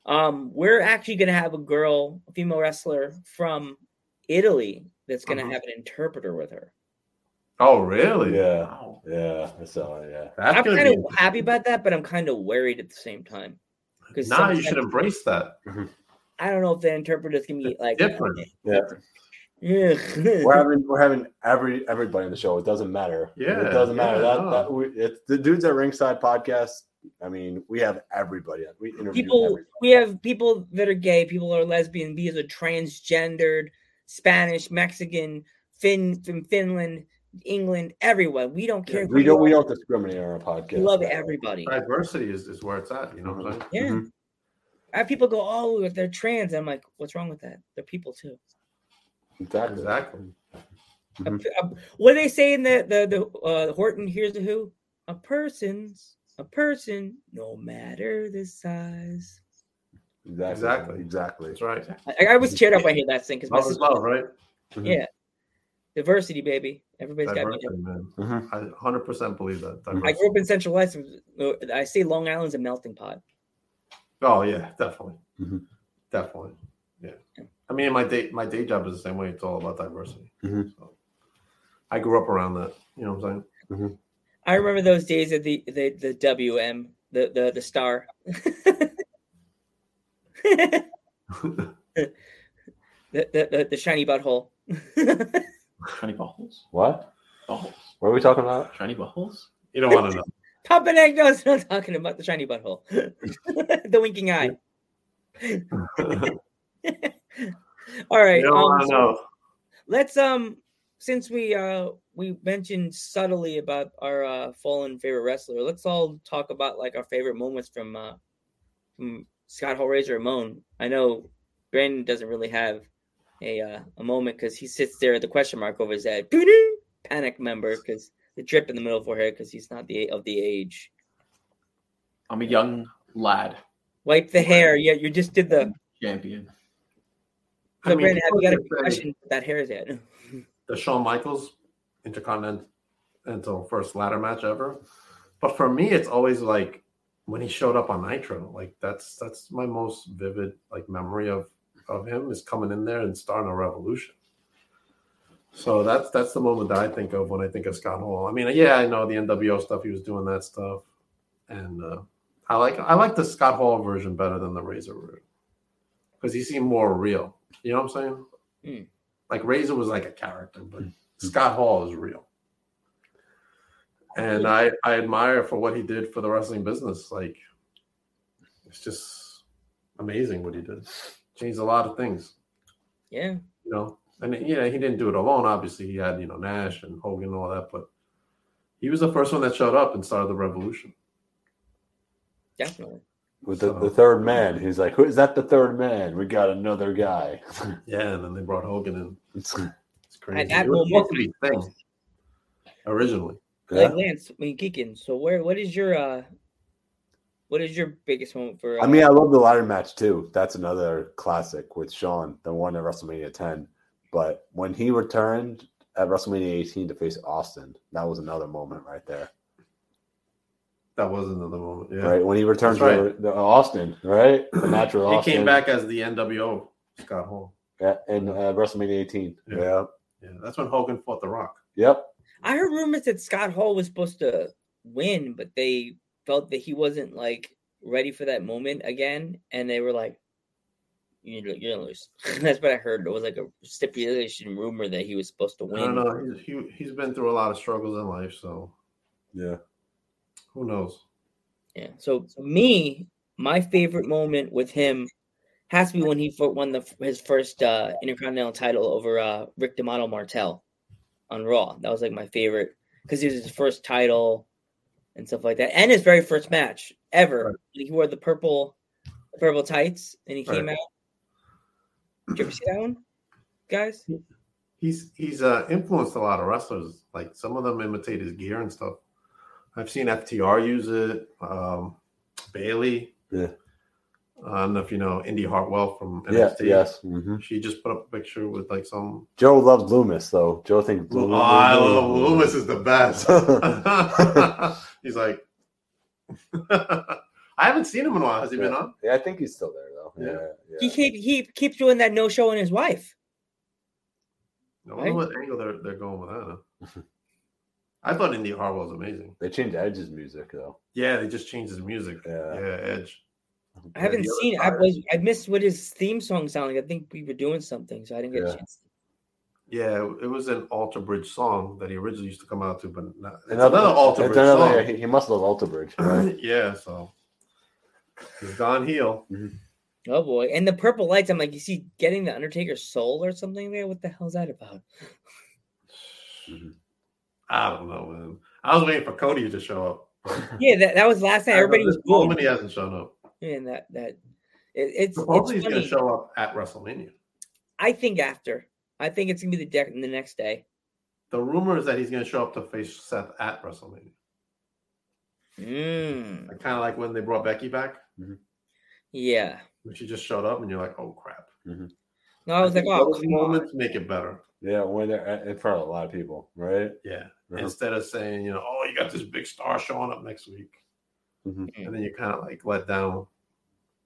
Um, we're actually gonna have a girl, a female wrestler from Italy that's gonna
Mhm.
have an interpreter with her.
Oh, really?
Yeah. Yeah. I saw it. Yeah.
I'm kind of happy about that, but I'm kind of worried at the same time. Because
Nah, you should embrace that.
I don't know if the interpreter can be like
Different.
Yeah.
Yeah.
we're having we're having every everybody on the show. It doesn't matter.
Yeah,
it doesn't matter.
yeah,
that
no.
that we, it's the dudes at Ringside Podcast. I mean, we have everybody. We interview
people
everybody.
we have people that are gay people that are lesbian these are transgendered spanish mexican finn from finland england everyone we don't care who
We
you
don't we
are.
don't discriminate on our podcast.
We love everybody
Diversity is, is where it's at. You know what I'm saying?
yeah
Mm-hmm.
i have people go oh if they're trans i'm like what's wrong with that they're people too
Exactly.
Exactly.
Mm-hmm.
Uh, what do they say in the the, the uh, horton here's the who a person's a person no matter the size
Exactly. Exactly. Exactly. That's
right.
i, I was cheered up when i hear that thing because
Love is love, right?
yeah diversity baby everybody's got to be
Diversity, man.
Mm-hmm.
I 100% believe that.
I
Diversity.
grew up in Central Lights. I say Long Island's a melting pot.
Oh yeah, definitely, definitely. Yeah, I mean, my day my day job is the same way. It's all about diversity. So I grew up around that. You know what I'm saying?
I remember those days at the the, the WM, the, the the star. the, the, the, the shiny butthole.
Shiny buttholes.
What?
Buttholes.
What are we talking about?
Shiny buttholes.
You don't want to know.
Papa Nick knows what I'm talking about the shiny butthole. the winking eye. All right.
You don't
um,
wanna
so
know.
Let's um since we uh we mentioned subtly about our uh fallen favorite wrestler, let's all talk about like our favorite moments from uh from Scott Hall Razor Ramon. I know Brandon doesn't really have a uh, a moment because he sits there with the question mark over his head. Panic member because the drip in the middle of forehead because he's not the of the age.
I'm a young lad.
Wipe the hair. Yeah, you just did the.
Champion.
So
I mean,
Brandon, have you got a
people say-
question with that hair yet?
The Shawn Michaels Intercontinental first ladder match ever. But for me, it's always like when he showed up on Nitro. Like that's that's my most vivid like memory of of him is coming in there and starting a revolution. So that's that's the moment that I think of when I think of Scott Hall. I mean, yeah, I know the NWO stuff. He was doing that stuff, and uh, I like I like the Scott Hall version better than the Razor version because he seemed more real. You know what I'm saying? Like Razor was like a character, but Scott Hall is real. And I I admire for what he did for the wrestling business. Like it's just amazing what he did. Changed a lot of things
Yeah.
you know, and you know, he didn't do it alone. Obviously, he had you know Nash and Hogan and all that, but he was the first one that showed up and started the revolution.
Definitely.
With the, the third man, he's like, "Who is that? The third man? We got another guy."
yeah, and then they brought Hogan in.
It's,
crazy.
At that
It was
moment-
supposed to be a thing originally.
Like Lance, I mean Geekin. So where? What is your uh? What is your biggest moment for? Uh,
I mean, I love the ladder match too. That's another classic with Sean, the one at WrestleMania 10. But when he returned at WrestleMania 18 to face Austin, that was another moment right there.
That was another moment, yeah.
Right when he returned
That's
to the, Austin, right? The match with
He
Austin.
came back as the NWO Scott Hall.
at, in uh, WrestleMania 18. Yeah.
Yeah, that's when Hogan fought The Rock.
Yep.
I heard rumors that Scott Hall was supposed to win, but they felt that he wasn't like ready for that moment again, and they were like, "You're gonna- you're gonna lose." That's what I heard. It was like a stipulation rumor that he was supposed to
I
win.
don't know. He's, he, he's been through a lot of struggles in life, so
yeah.
Who knows?
Yeah. So me, my favorite moment with him has to be when he fir- won the his first uh, Intercontinental title over uh, Rick D'Amato Martel on Raw. That was like my favorite because it was his first title and stuff like that, and his very first match ever. He wore the purple, the purple tights, and he came
Right.
out. Did you ever see that one, guys?
He's he's uh, influenced a lot of wrestlers. Like some of them imitate his gear and stuff. I've seen FTR use it. Um, Bailey.
Yeah.
I don't know if you know Indy Hartwell from
Yeah,
NXT.
yes. mhm.
She just put up a picture with like some.
Joe loves Loomis, though. Joe thinks
Oh,
Loomis.
I love Loomis is the best. he's like, I haven't seen him in a while. Has he been
Yeah.
on?
Yeah, I think he's still there though. Yeah, yeah.
He keep he keeps doing that no showing his wife.
I wonder
Right?
what angle they're, they're going with that. huh? I thought Indy Hartwell was amazing.
They changed Edge's music though.
Yeah, they just changed his music. Yeah, Edge.
I haven't
the other
seen. I was. I missed what his theme song sounded like. I think we were doing something, so I didn't get
Yeah.
a chance.
Yeah, it was an Alter Bridge song that he originally used to come out to, but not, it's
Another-
another, Alter
it's
Bridge
another-
song.
He must love Alter Bridge. Right?
yeah, so he's gone heel.
Oh boy! And the purple lights. I'm like, is he getting the Undertaker's soul or something? There. What the hell's that about?
I don't know, man. I was waiting for Cody to show up.
Yeah, that, that was last night.
I know
Everybody
this
was booing.
moment he hasn't shown up.
And that that it, it's it's
Supposedly he's going
funny.
to show up at WrestleMania.
I think after. I think it's gonna be the deck the next day.
The rumor is that he's going to show up to face Seth at WrestleMania.
Mm.
Kind of like when they brought Becky back.
Yeah.
When she just showed up and you're like, oh crap.
No, I was like, oh,
Those
come on.
moments make it better.
Yeah, when they're in front of a lot of people, right?
Yeah.
Uh-huh.
Instead of saying, you know, oh, you got this big star showing up next week.
Mm-hmm.
And then you're kind of like let down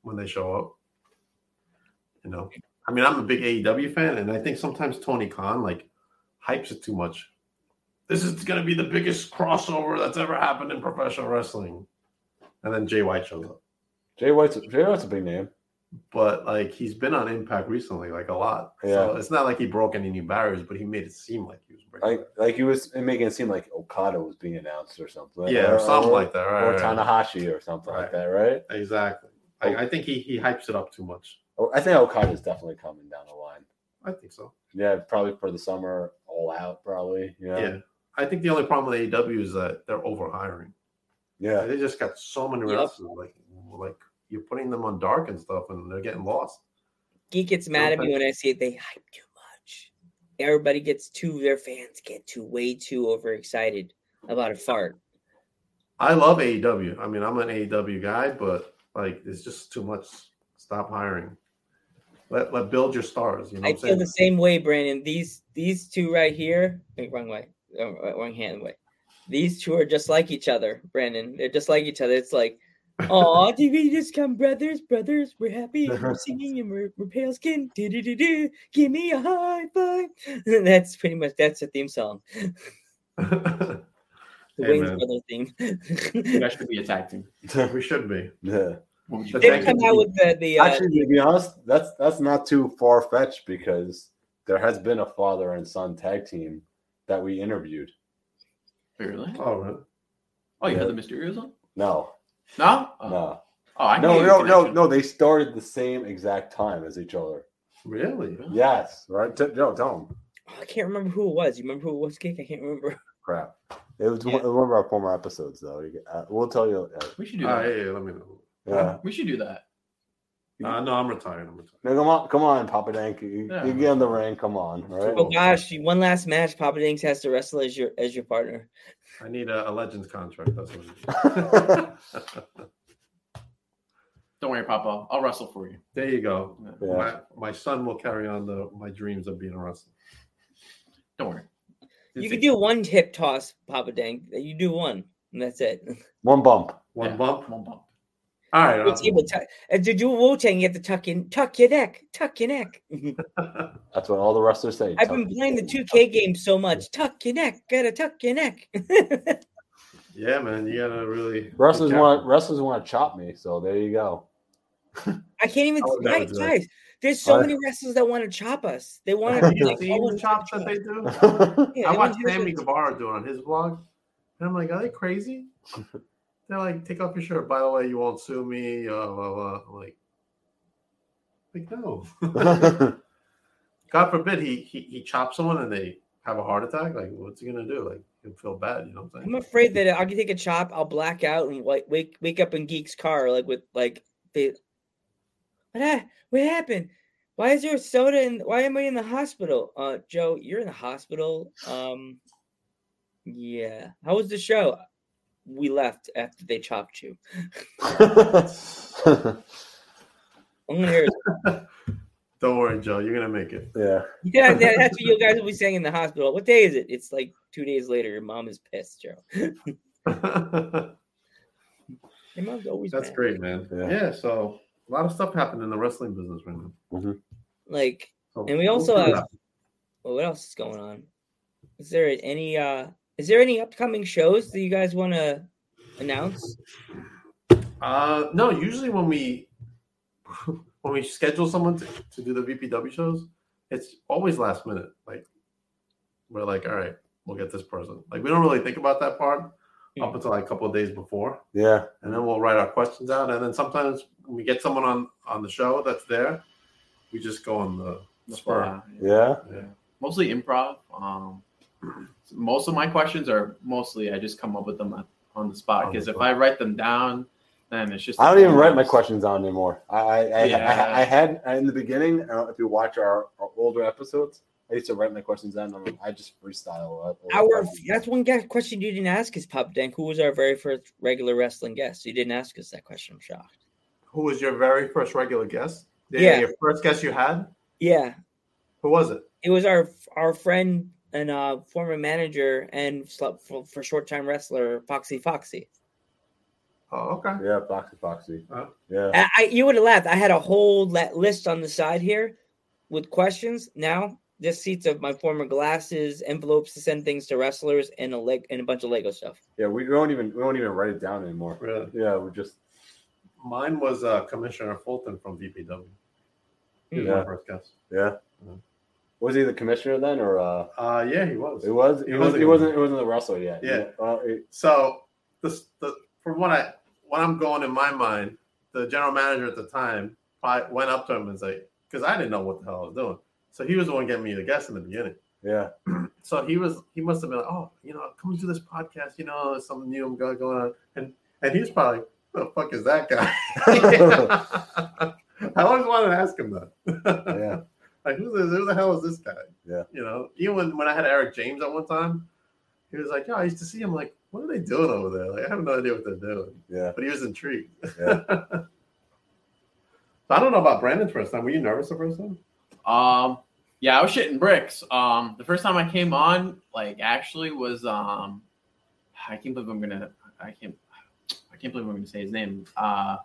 when they show up. You know, I mean, I'm a big AEW fan, and I think sometimes Tony Khan like hypes it too much. This is going to be the biggest crossover that's ever happened in professional wrestling. And then Jay White shows up.
Jay White's Jay White's a big name.
But like he's been on Impact recently, like a lot. So
Yeah.
it's not like he broke any new barriers, but he made it seem like he was breaking.
Like, like he was making it seem like Okada was being announced or something.
Yeah, or something like that, right,
Or
right, right.
Tanahashi or something like that, right?
Exactly. I, I think he, he hypes it up too much.
Oh, I think Okada's definitely coming down the line.
I think so.
Yeah, probably for the summer, all out, probably. Yeah.
Yeah. I think the only problem with AEW is that they're over hiring.
Yeah.
They just got so many
Yep.
wrestlers. Like, like you're putting them on dark and stuff and they're getting lost.
Geek gets mad at me
Sometimes-
when I see it. They hype too much. Everybody gets too. Their fans get too way too overexcited about a fart.
I love AEW. I mean, I'm an AEW guy, but like it's just too much. Stop hiring. Let, let build your stars. You know
I
what I'm
feel
saying?
the same way, Brandon. These these two right here, wait, wrong way, uh, wrong hand way. These two are just like each other, Brandon. They're just like each other. It's like, oh, did we just come brothers, brothers? We're happy. and We're singing and we're, we're pale skin. Do do do do. Give me a high five. that's pretty much that's the theme song. the
Hey,
Wayne's
man.
brother theme.
You guys should be a tag team.
we should be.
Yeah.
We
They come out with the, the uh,
Actually, to be honest, that's that's not too far fetched because there has been a father and son tag team that we interviewed.
Really?
Oh, really?
Oh, you had
Yeah.
the Mysterios on?
No.
No?
No.
Oh, I
no,
knew you
no,
could
no, no. They started the same exact time as each other.
Really?
Yes. Right. T- Joe, tell them.
I can't remember who it was. You remember who it was, Geek? I can't remember.
Crap. It was one one of our former episodes, though. You- uh, we'll tell you. uh,
We should do
Ah,
that.
yeah, yeah, let me know.
Yeah.
We should do that.
Nah, no, I'm retired. I'm retired.
No, come on, come on, Papa Dank. You,
Yeah.
you get in the ring. Come on, right?
Oh gosh, one last match. Papa Dinks has to wrestle as your as your partner.
I need a, a Legends contract. That's what it is.
Don't worry, Papa. I'll wrestle for you.
There you go.
Yeah.
My, my son will carry on the my dreams of being a wrestler.
Don't worry.
You could do one hip toss, Papa Dank. You do one, and that's it.
One bump.
One bump.
One bump.
All right.
It's able to, and to do a Wu Tang, you have to tuck in, tuck your neck, tuck your neck.
That's what all the wrestlers say.
I've
Tuck-
been playing the 2K game so much. Tuck your neck, gotta tuck your neck.
Yeah, man, you gotta really.
Wrestlers want wrestlers want to chop me, so there you go.
I can't even.
Oh, that
guys,
was
guys, there's so
Alright.
many wrestlers that want to chop us. They want to
You
like,
see
oh,
the chops that they do?
yeah,
I
they
watched
want to-
Sammy Guevara do it on his vlog, and I'm like, are they crazy? They're like, take off your shirt. By the way, you won't sue me. Uh, blah, blah. I'm Like, like no. God forbid he, he he chops someone and they have a heart attack. Like, what's he gonna do? Like, he'll feel bad. You know what I'm
I'm
saying?
afraid that I can take a chop. I'll black out and like wake wake up in Geek's car, like with like the what ha- what happened? Why is there a soda in? Why am I in the hospital? Uh, Joe, you're in the hospital. Um, yeah. How was the show? We left after they chopped you. I'm gonna hear. it.
Don't worry, Joe. You're gonna make it.
Yeah.
Yeah, that- that's what you guys will be saying in the hospital. What day is it? It's like two days later. Your mom is pissed, Joe. Your mom's always
That's
mad.
great, man. Yeah. So a lot of stuff happened in the wrestling business right now.
Like,
So
and we
we'll
also
do
have.
that.
Well, what else is going on? Is there any? uh Is there any upcoming shows that you guys want to announce?
Uh, no, usually when we when we schedule someone to, to do the VPW shows, it's always last minute. Like we're like, all right, we'll get this person. Like we don't really think about that part
Hmm.
up until like a couple of days before,
Yeah.
and then we'll write our questions out. And then sometimes when we get someone on on the show that's there, we just go on the, spur.
Yeah.
Mostly improv. Um, most of my questions are mostly I just come up with them on- on the spot because if I write them down, then it's just
I don't even write my questions down anymore. I I, I,
Yeah.
I, I had in the beginning. uh, If you watch our, our older episodes, I used to write my questions down. And I just freestyle. it all the
Our
time.
that's one guy question you didn't ask is Pop Dank. Who was our very first regular wrestling guest? You didn't ask us that question. I'm shocked.
Who was your very first regular guest?
Yeah.
your first guest you had.
Yeah,
Who was it?
it was our our friend and uh former manager and sl- for, for short time wrestler Foxy Foxy.
Oh, okay.
Yeah, Foxy Foxy.
I,
Yeah.
I you would have laughed. I had a whole la- list on the side here with questions. Now this seats of my former glasses, envelopes to send things to wrestlers, and a leg and a bunch of Lego stuff.
Yeah, we don't even we don't even write it down anymore.
Really?
Yeah, we just
Mine was uh, Commissioner Fulton from VPW.
Hmm.
He was
Yeah.
my first guest.
yeah. Was he the commissioner then, or uh,
Uh, yeah, he was.
it was it was
wasn't-
it wasn't it wasn't the wrestler yet?
Yeah.
Uh, it-
So this, the from what I what I'm going in my mind, the general manager at the time I went up to him and said, because I didn't know what the hell I was doing. So he was the one getting me the guest in the beginning.
yeah.
So he was he must have been like, oh, you know, come do this podcast, you know, there's something new I'm got going on, and and he's probably like, who the fuck is that guy? I always wanted to ask him that.
Yeah.
like who the, who the hell is this guy?
Yeah.
You know, even when, when I had Eric James at one time, he was like, "Yo, I used to see him. Like, what are they doing over there? Like, I have no idea what they're doing."
Yeah.
But he was intrigued.
Yeah.
So I don't know about Brandon's first time. Were you nervous the first time?
Um, yeah, I was shitting bricks. Um, the first time I came on, like, actually was um, I can't believe I'm gonna, I can't, I can't believe I'm gonna say his name. Uh,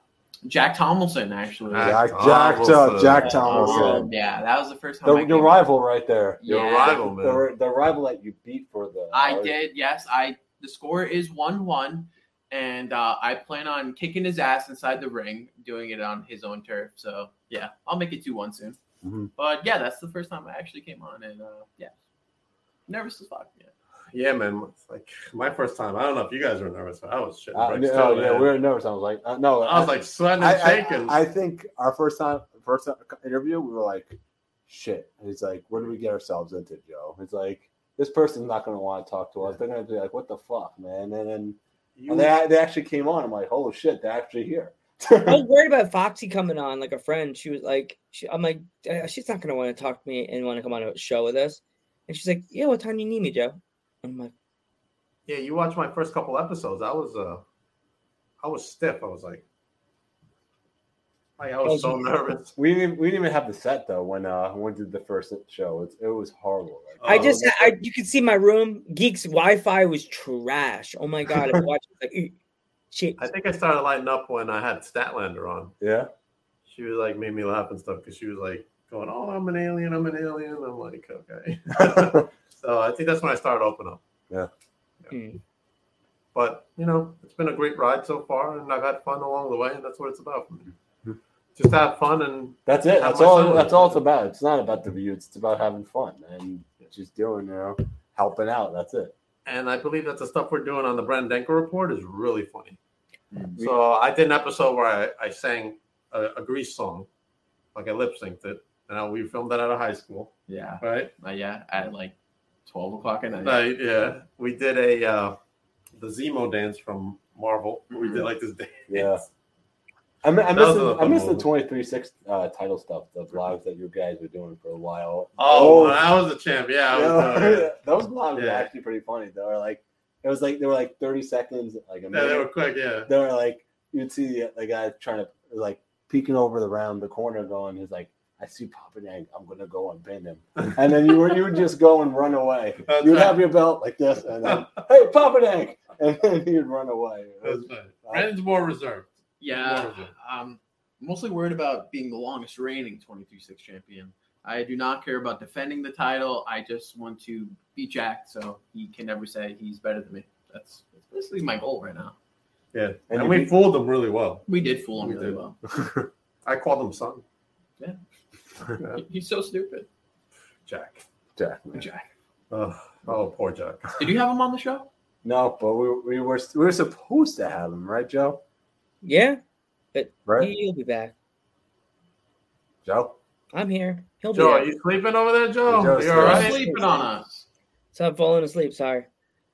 Jack Tomlinson, actually. Um,
Jack Jack Tom- Jack Tomlinson.
Yeah, that was the first time. oh, I
The,
came
your
on.
rival right there.
Your Yeah.
rival, man.
The, the rival that you beat for the.
I did. Yes, I. The score is one-one, and uh, I plan on kicking his ass inside the ring, doing it on his own turf. So yeah, I'll make it two-one soon.
Mhm.
But yeah, that's the first time I actually came on, and uh, yeah, nervous as fuck. Yeah.
Yeah, man. It's Like my first time. I don't know if you guys were nervous, but I was shitting
Uh,
bricks.
no,
too,
yeah,
man.
we were nervous. I was like, uh, no.
I was like sweating and
I,
shaking.
I, I think our first time, first time interview, we were like, shit. And It's like, what did we get ourselves into, Joe? It's like, this person's not going to want to talk to us. They're going to be like, what the fuck, man? And then
You-
and they, they actually came on. I'm like, holy shit, they're actually here.
I was worried about Foxy coming on, like a friend. She was like, she, I'm like, "Uh, she's not gonna want to talk to me and want to come on a show with us. And she's like, yeah, what time do you need me, Joe? I'm like,
yeah, you watched my first couple episodes. I was uh, I was stiff. I was like, like I was so nervous.
We didn't, even- we didn't even have the set though when uh when we did the first show. It's, it was horrible. Like,
Oh. Um,
I just, I, you could see my room. Geek's Wi-Fi was trash. Oh my god, I'm watching like, "Ew, shit.
I think I started lighting up when I had Statlander on.
yeah.
She was like made me laugh and stuff because she was like going, "Oh, I'm an alien. I'm an alien." I'm like, okay. so I think that's when I started opening up.
Yeah.
Hmm.
But you know, it's been a great ride so far, and I've had fun along the way, and that's what it's about for me. Just have fun and
That's it.
have
That's
my
all.
fun.
That's all it's about. It's not about the view. It's about having fun and just doing, you know, helping out. That's it.
and I believe that the stuff we're doing on the Brand Denker report is really funny. So I did an episode where I, I sang a, a Grease song, like I lip synced it, and I, we filmed that out of high school.
Yeah.
Right.
Uh, yeah. At like twelve o'clock at night.
Right, yeah, we did a uh, the Zemo dance from Marvel. We
Mm-hmm.
did like this dance.
Yeah. I, mi- I
That
miss
was a
the, I
fun
miss the
moment.
23 6 uh, title stuff, the vlogs that you guys were doing for a while.
Oh, when I was a champ. Yeah, I was
Yeah.
doing it.
those vlogs were
Yeah.
actually pretty funny. They were like, it was like, they were like 30 seconds, like a
Yeah,
minute.
they were quick. Yeah.
They were like, you'd see the, the guy trying to, like, peeking over the round the corner going, he's like, I see Papa Yang. I'm going to go and pin him. And then you were, you would just go and run away.
That's
You'd
right.
have your belt like this, and then, hey, Papa Yang! And then you'd run away. It
That's
was-
right. Brandon's more reserved.
Yeah,
Marvel.
I'm mostly worried about being the longest reigning 23-6 champion. I do not care about defending the title. I just want to be Jack, so he can never say he's better than me. That's, that's basically my goal right now.
Yeah,
And
and,
you
we
beat-
fooled them really well.
We did fool him
We
really
did.
well.
I called him son.
Yeah.
Yeah,
He's so stupid.
Jack.
Jack, man.
Jack.
Oh, oh, poor Jack.
Did you have him on the show?
No, but we, we were we were supposed to have him, right, Joe?
Yeah, but
Right.
he'll be back.
Joe.
I'm here. He'll
Joe,
be
are
back.
you sleeping over there, Joe?
Joe's
you all
You're
Oh, right?
sleeping on us.
So I'm falling asleep. Sorry.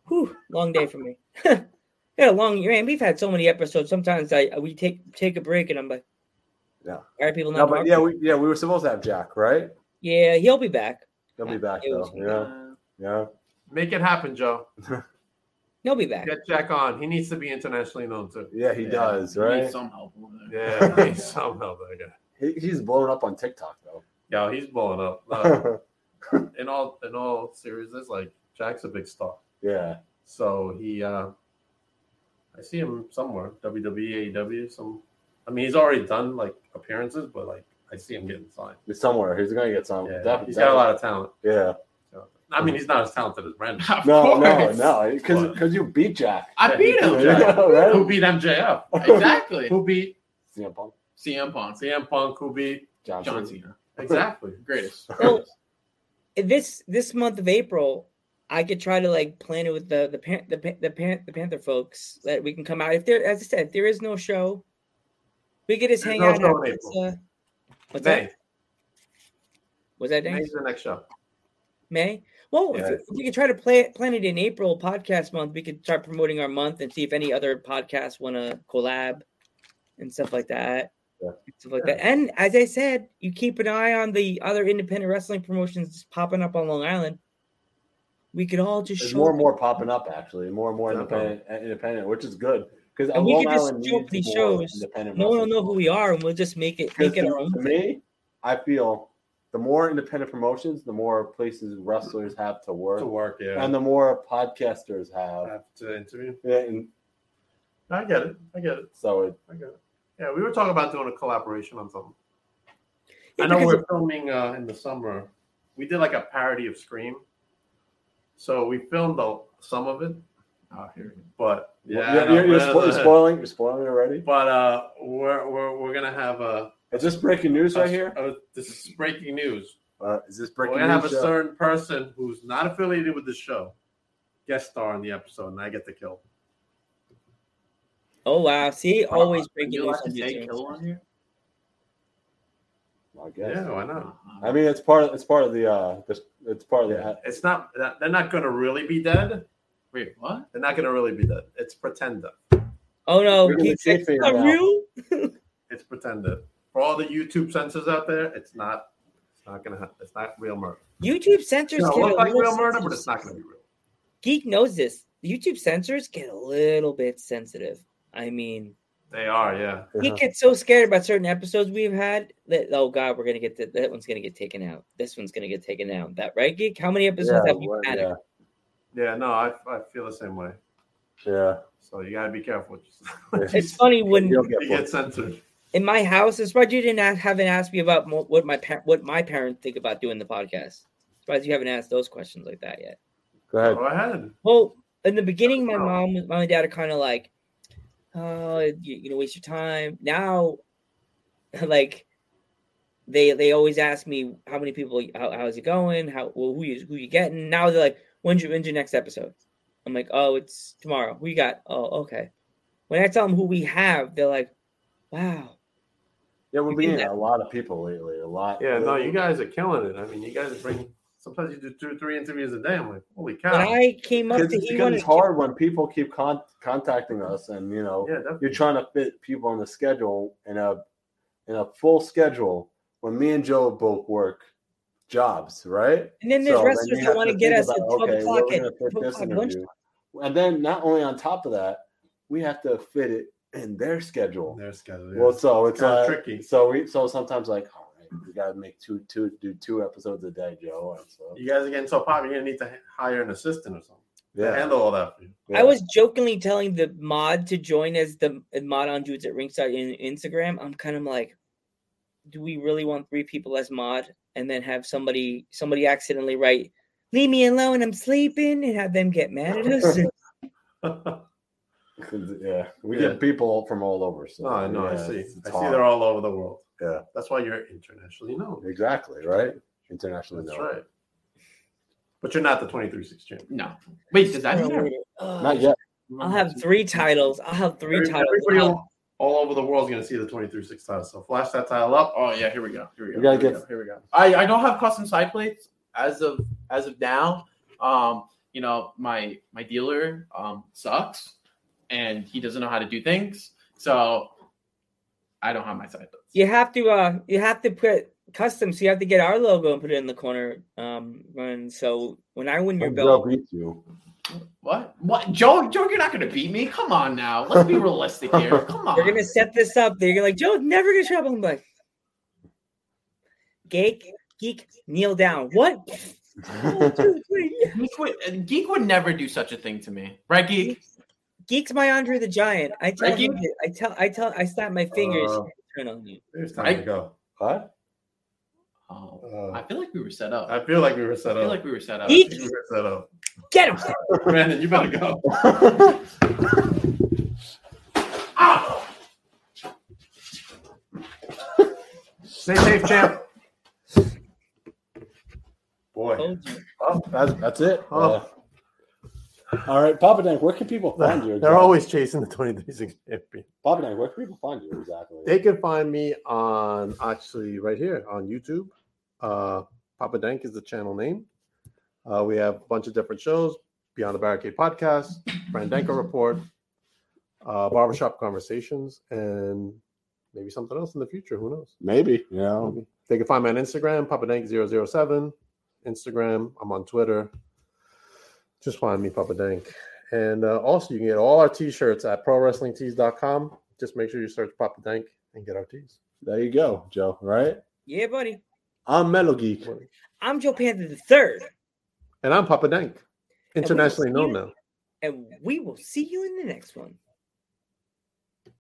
Whew, long day for me. yeah, long. Man, we've had so many episodes. Sometimes I we take take a break and I'm like,
Yeah.
All right, people.
No,
Not
but
talking?
yeah, we yeah we were supposed to have Jack, right?
yeah, he'll be back.
He'll be back
It was-
though. Yeah,
Uh,
yeah.
Make it happen, Joe.
He'll be back.
Get Jack on. He needs to be internationally known too.
Yeah, he
Yeah.
does,
we need
right?
some help over there.
Yeah, he needs some help. That guy.
He, he's blown up on TikTok though.
Yo, he's blowing up. Uh, in all in all seriousness, like Jack's a big star.
yeah,
So he, uh I see him somewhere, E, WWE, AEW. Some, I mean, he's already done like appearances, but like I see him getting signed.
it's somewhere. He's gonna get some.
Yeah,
def-
he's got a lot of talent.
Yeah.
I mean, he's not as talented as Brandon.
Of
No, no,
course.
no. Because
What?
you beat Jack.
I beat
Yeah,
him.
he did.
Jack.
Right?
Who beat MJF?
Exactly.
Who beat
CM Punk,
CM Punk,
CM Punk? Who beat
John,
John
Cena.
Cena,
exactly?
greatest.
Well, this this month of April, I could try to like plan it with the the pan, the pan, the, pan, the Panther folks that we can come out if there. As I said, if there is no show, we could just hang
There's no
out. and
show
have
in
pizza.
April.
What's
May.
that? Was that Dang?
May's the next show.
May? Well, if,
Yeah.
if we could try to play, plan it in April podcast month, we could start promoting our month and see if any other podcasts want to collab and stuff like that.
Yeah.
and Stuff like that. And as I said, you keep an eye on the other independent wrestling promotions just popping up on Long Island. We could all just
There's
show
more and more popping up actually. More and more
Yeah.
independent, independent, which is good. Because
And we
Long
could just
Island
show
needs
these
more
shows.
independent
no one will
wrestlers.
know who we are, and we'll just make it
Because
make it
to,
our own.
to me, I feel the more independent promotions, the more places wrestlers have to work,
To work, yeah.
and the more podcasters have.
Have to interview.
Yeah, and
I get it. I get it.
so it,
I get it. Yeah, we were talking about doing a collaboration on something.
Yeah,
I know
because-
we're filming uh, in the summer. We did like a parody of Scream, so we filmed a, some of it.
Oh, here we
But yeah, I
you're,
know,
you're, you're
but-
spo- you're spoiling, you're spoiling it already.
But uh, we're we're, we're gonna have a,
Is this breaking news right
a-
here?
a- this is breaking news.
Uh, is this
We're
breaking
gonna have a
news? Joe?
certain person who's not affiliated with the show guest star in the episode, and I get to kill.
Oh wow! See,
go.
always
Are
breaking
you
news.
allowed
on
to say
YouTube.
kill on here?
I guess.
Yeah, why not?
I mean, it's part. Of, it's part of the. Uh, this, it's part of the.
Yeah. It's not that they're not gonna really be dead.
Wait, what?
They're not gonna really be dead. It's pretend death.
Oh no!
We're in the
Keith said,
kayfabe
"It's not
now."
real?
It's pretend death. For all the YouTube censors out there, it's not. It's not gonna. happen. It's not real murder.
YouTube censors
It's
get
gonna
a
look like
little
real murder, but
sensitive.
it's not gonna be real.
Geek knows this. YouTube censors get a little bit sensitive. I mean,
They are, yeah.
he
Yeah.
gets so scared about certain episodes we've had that oh god, we're gonna get th- that one's gonna get taken out. This one's gonna get taken out. That right, geek? How many episodes
Yeah,
have you
what-
had?
yeah,
Yeah, no, I, I feel the same way.
yeah.
So you gotta be careful. What you, what you
It's funny when
You'll get
you
booked.
get censored.
in my house. It's why you didn't ask, haven't asked me about mo- what my par- what my parents think about doing the podcast. Surprised you haven't asked those questions like that yet.
Go ahead.
Go ahead.
Well, in the beginning, my
Oh.
mom, mom and dad are kind of like, "Oh, you, you know, waste your time." Now, like, they they always ask me how many people, how, how's it going, how well, who you who you getting. Now they're like, "When's your when's your next episode?" I'm like, "Oh, it's tomorrow. Who you got?" Oh, okay. When I tell them who we have, they're like, "Wow."
Yeah, we're
You
being
think that-
a lot of people lately. A lot.
Yeah, no, you guys are killing it. I mean, you guys are bringing. Sometimes you do two, three interviews a day. I'm like, holy cow!
came
up
because
to
it's,
he
because
wanted
it's
to-
hard when people keep con- contacting us, and you know, you're trying to fit people on the schedule in a in a full schedule. When me and Joe both work jobs, right?
And then there's
they
wrestlers that
have
wanna
to
get
think
us at 12
where
o'clock
we're gonna
at-
fit
12
this
o'clock
interview. And then not only on top of that, we have to fit it in their schedule.
Their schedule.
Well, so it's,
kinda
uh,
tricky.
So we so sometimes like, all right, we gotta make two two do two episodes a day, Joe. And so
You guys are getting so popular. You're gonna need to h- hire an assistant or something.
Yeah.
to handle all that. For you.
I was jokingly telling the mod to join as the mod on dudes at ringside in Instagram. I'm kind of like, do we really want three people as mod and then have somebody somebody accidentally write, leave me alone, I'm sleeping, and have them get mad at us?
yeah, we
Yeah.
get people from all over. So
No, Oh, I know. I
yeah,
see.
it's- it's
I see.
hard.
They're all over the world.
Yeah,
That's why you're internationally known.
exactly right. Internationally,
That's
known.
right. But you're not the 23-6 champion.
No. Wait, does that
mean I-
Not yet.
I'll have three titles. I'll have three
Every-
titles.
everybody
I'll-
all, all over the world is going to see the 23-6 title. So flash that title up.
Oh yeah, here we go. Here we go.
You gotta
here, we
get-
go here we go. I, I don't have custom side plates as of as of now. Um, you know, my my dealer um sucks and he doesn't know how to do things. So I don't have my side plates.
you have to uh you have to put custom, so you have to get our logo and put it in the corner. Um run so when I win your
When Joe
belt,
beat you.
What? What? Joe, Joe, you're not gonna beat me. Come on now. Let's be realistic here. Come on.
They're gonna set this up. They're gonna like, Joe's never gonna show up. I'm like, geek, geek, kneel down. What?
Geek would, Geek would never do such a thing to me. Right, Geek?
Geek's my Andre the Giant. I tell
Right, Geek?
him, that- I tell, I tell, I snap my fingers.
Uh,
turn on you.
It's time to
Right?
go. Uh,
What?
Oh, I feel like we were set up.
I feel like we were set
I
up.
feel like we were set up.
We were set up.
Get him.
Brandon, you better go. Stay safe, champ. Boy.
Oh, that's, that's it.
Oh.
Yeah. all right, Papa Dank, where can people find you?
They're always chasing the 23-6 champion.
Papa Dank, where can people find you exactly?
They can find me on actually right here on YouTube. Uh, Papa Dank is the channel name. Uh, we have a bunch of different shows Beyond the Barricade podcast, Brandenko Report, uh, Barbershop Conversations, and maybe something else in the future. Who knows?
Maybe, you know.
They can find me on Instagram, Papa Dank007. Instagram, I'm on Twitter. Just find me, Papa Dank. And uh, also, you can get all our t shirts at prowrestlingtees.com. Just make sure you search Papa Dank and get our tees.
There you go, Joe. Right?
Yeah, buddy.
I'm Metal Geek.
I'm Joe Panther the third,
And I'm Papa Dank, internationally known now.
and we will see you in the next one.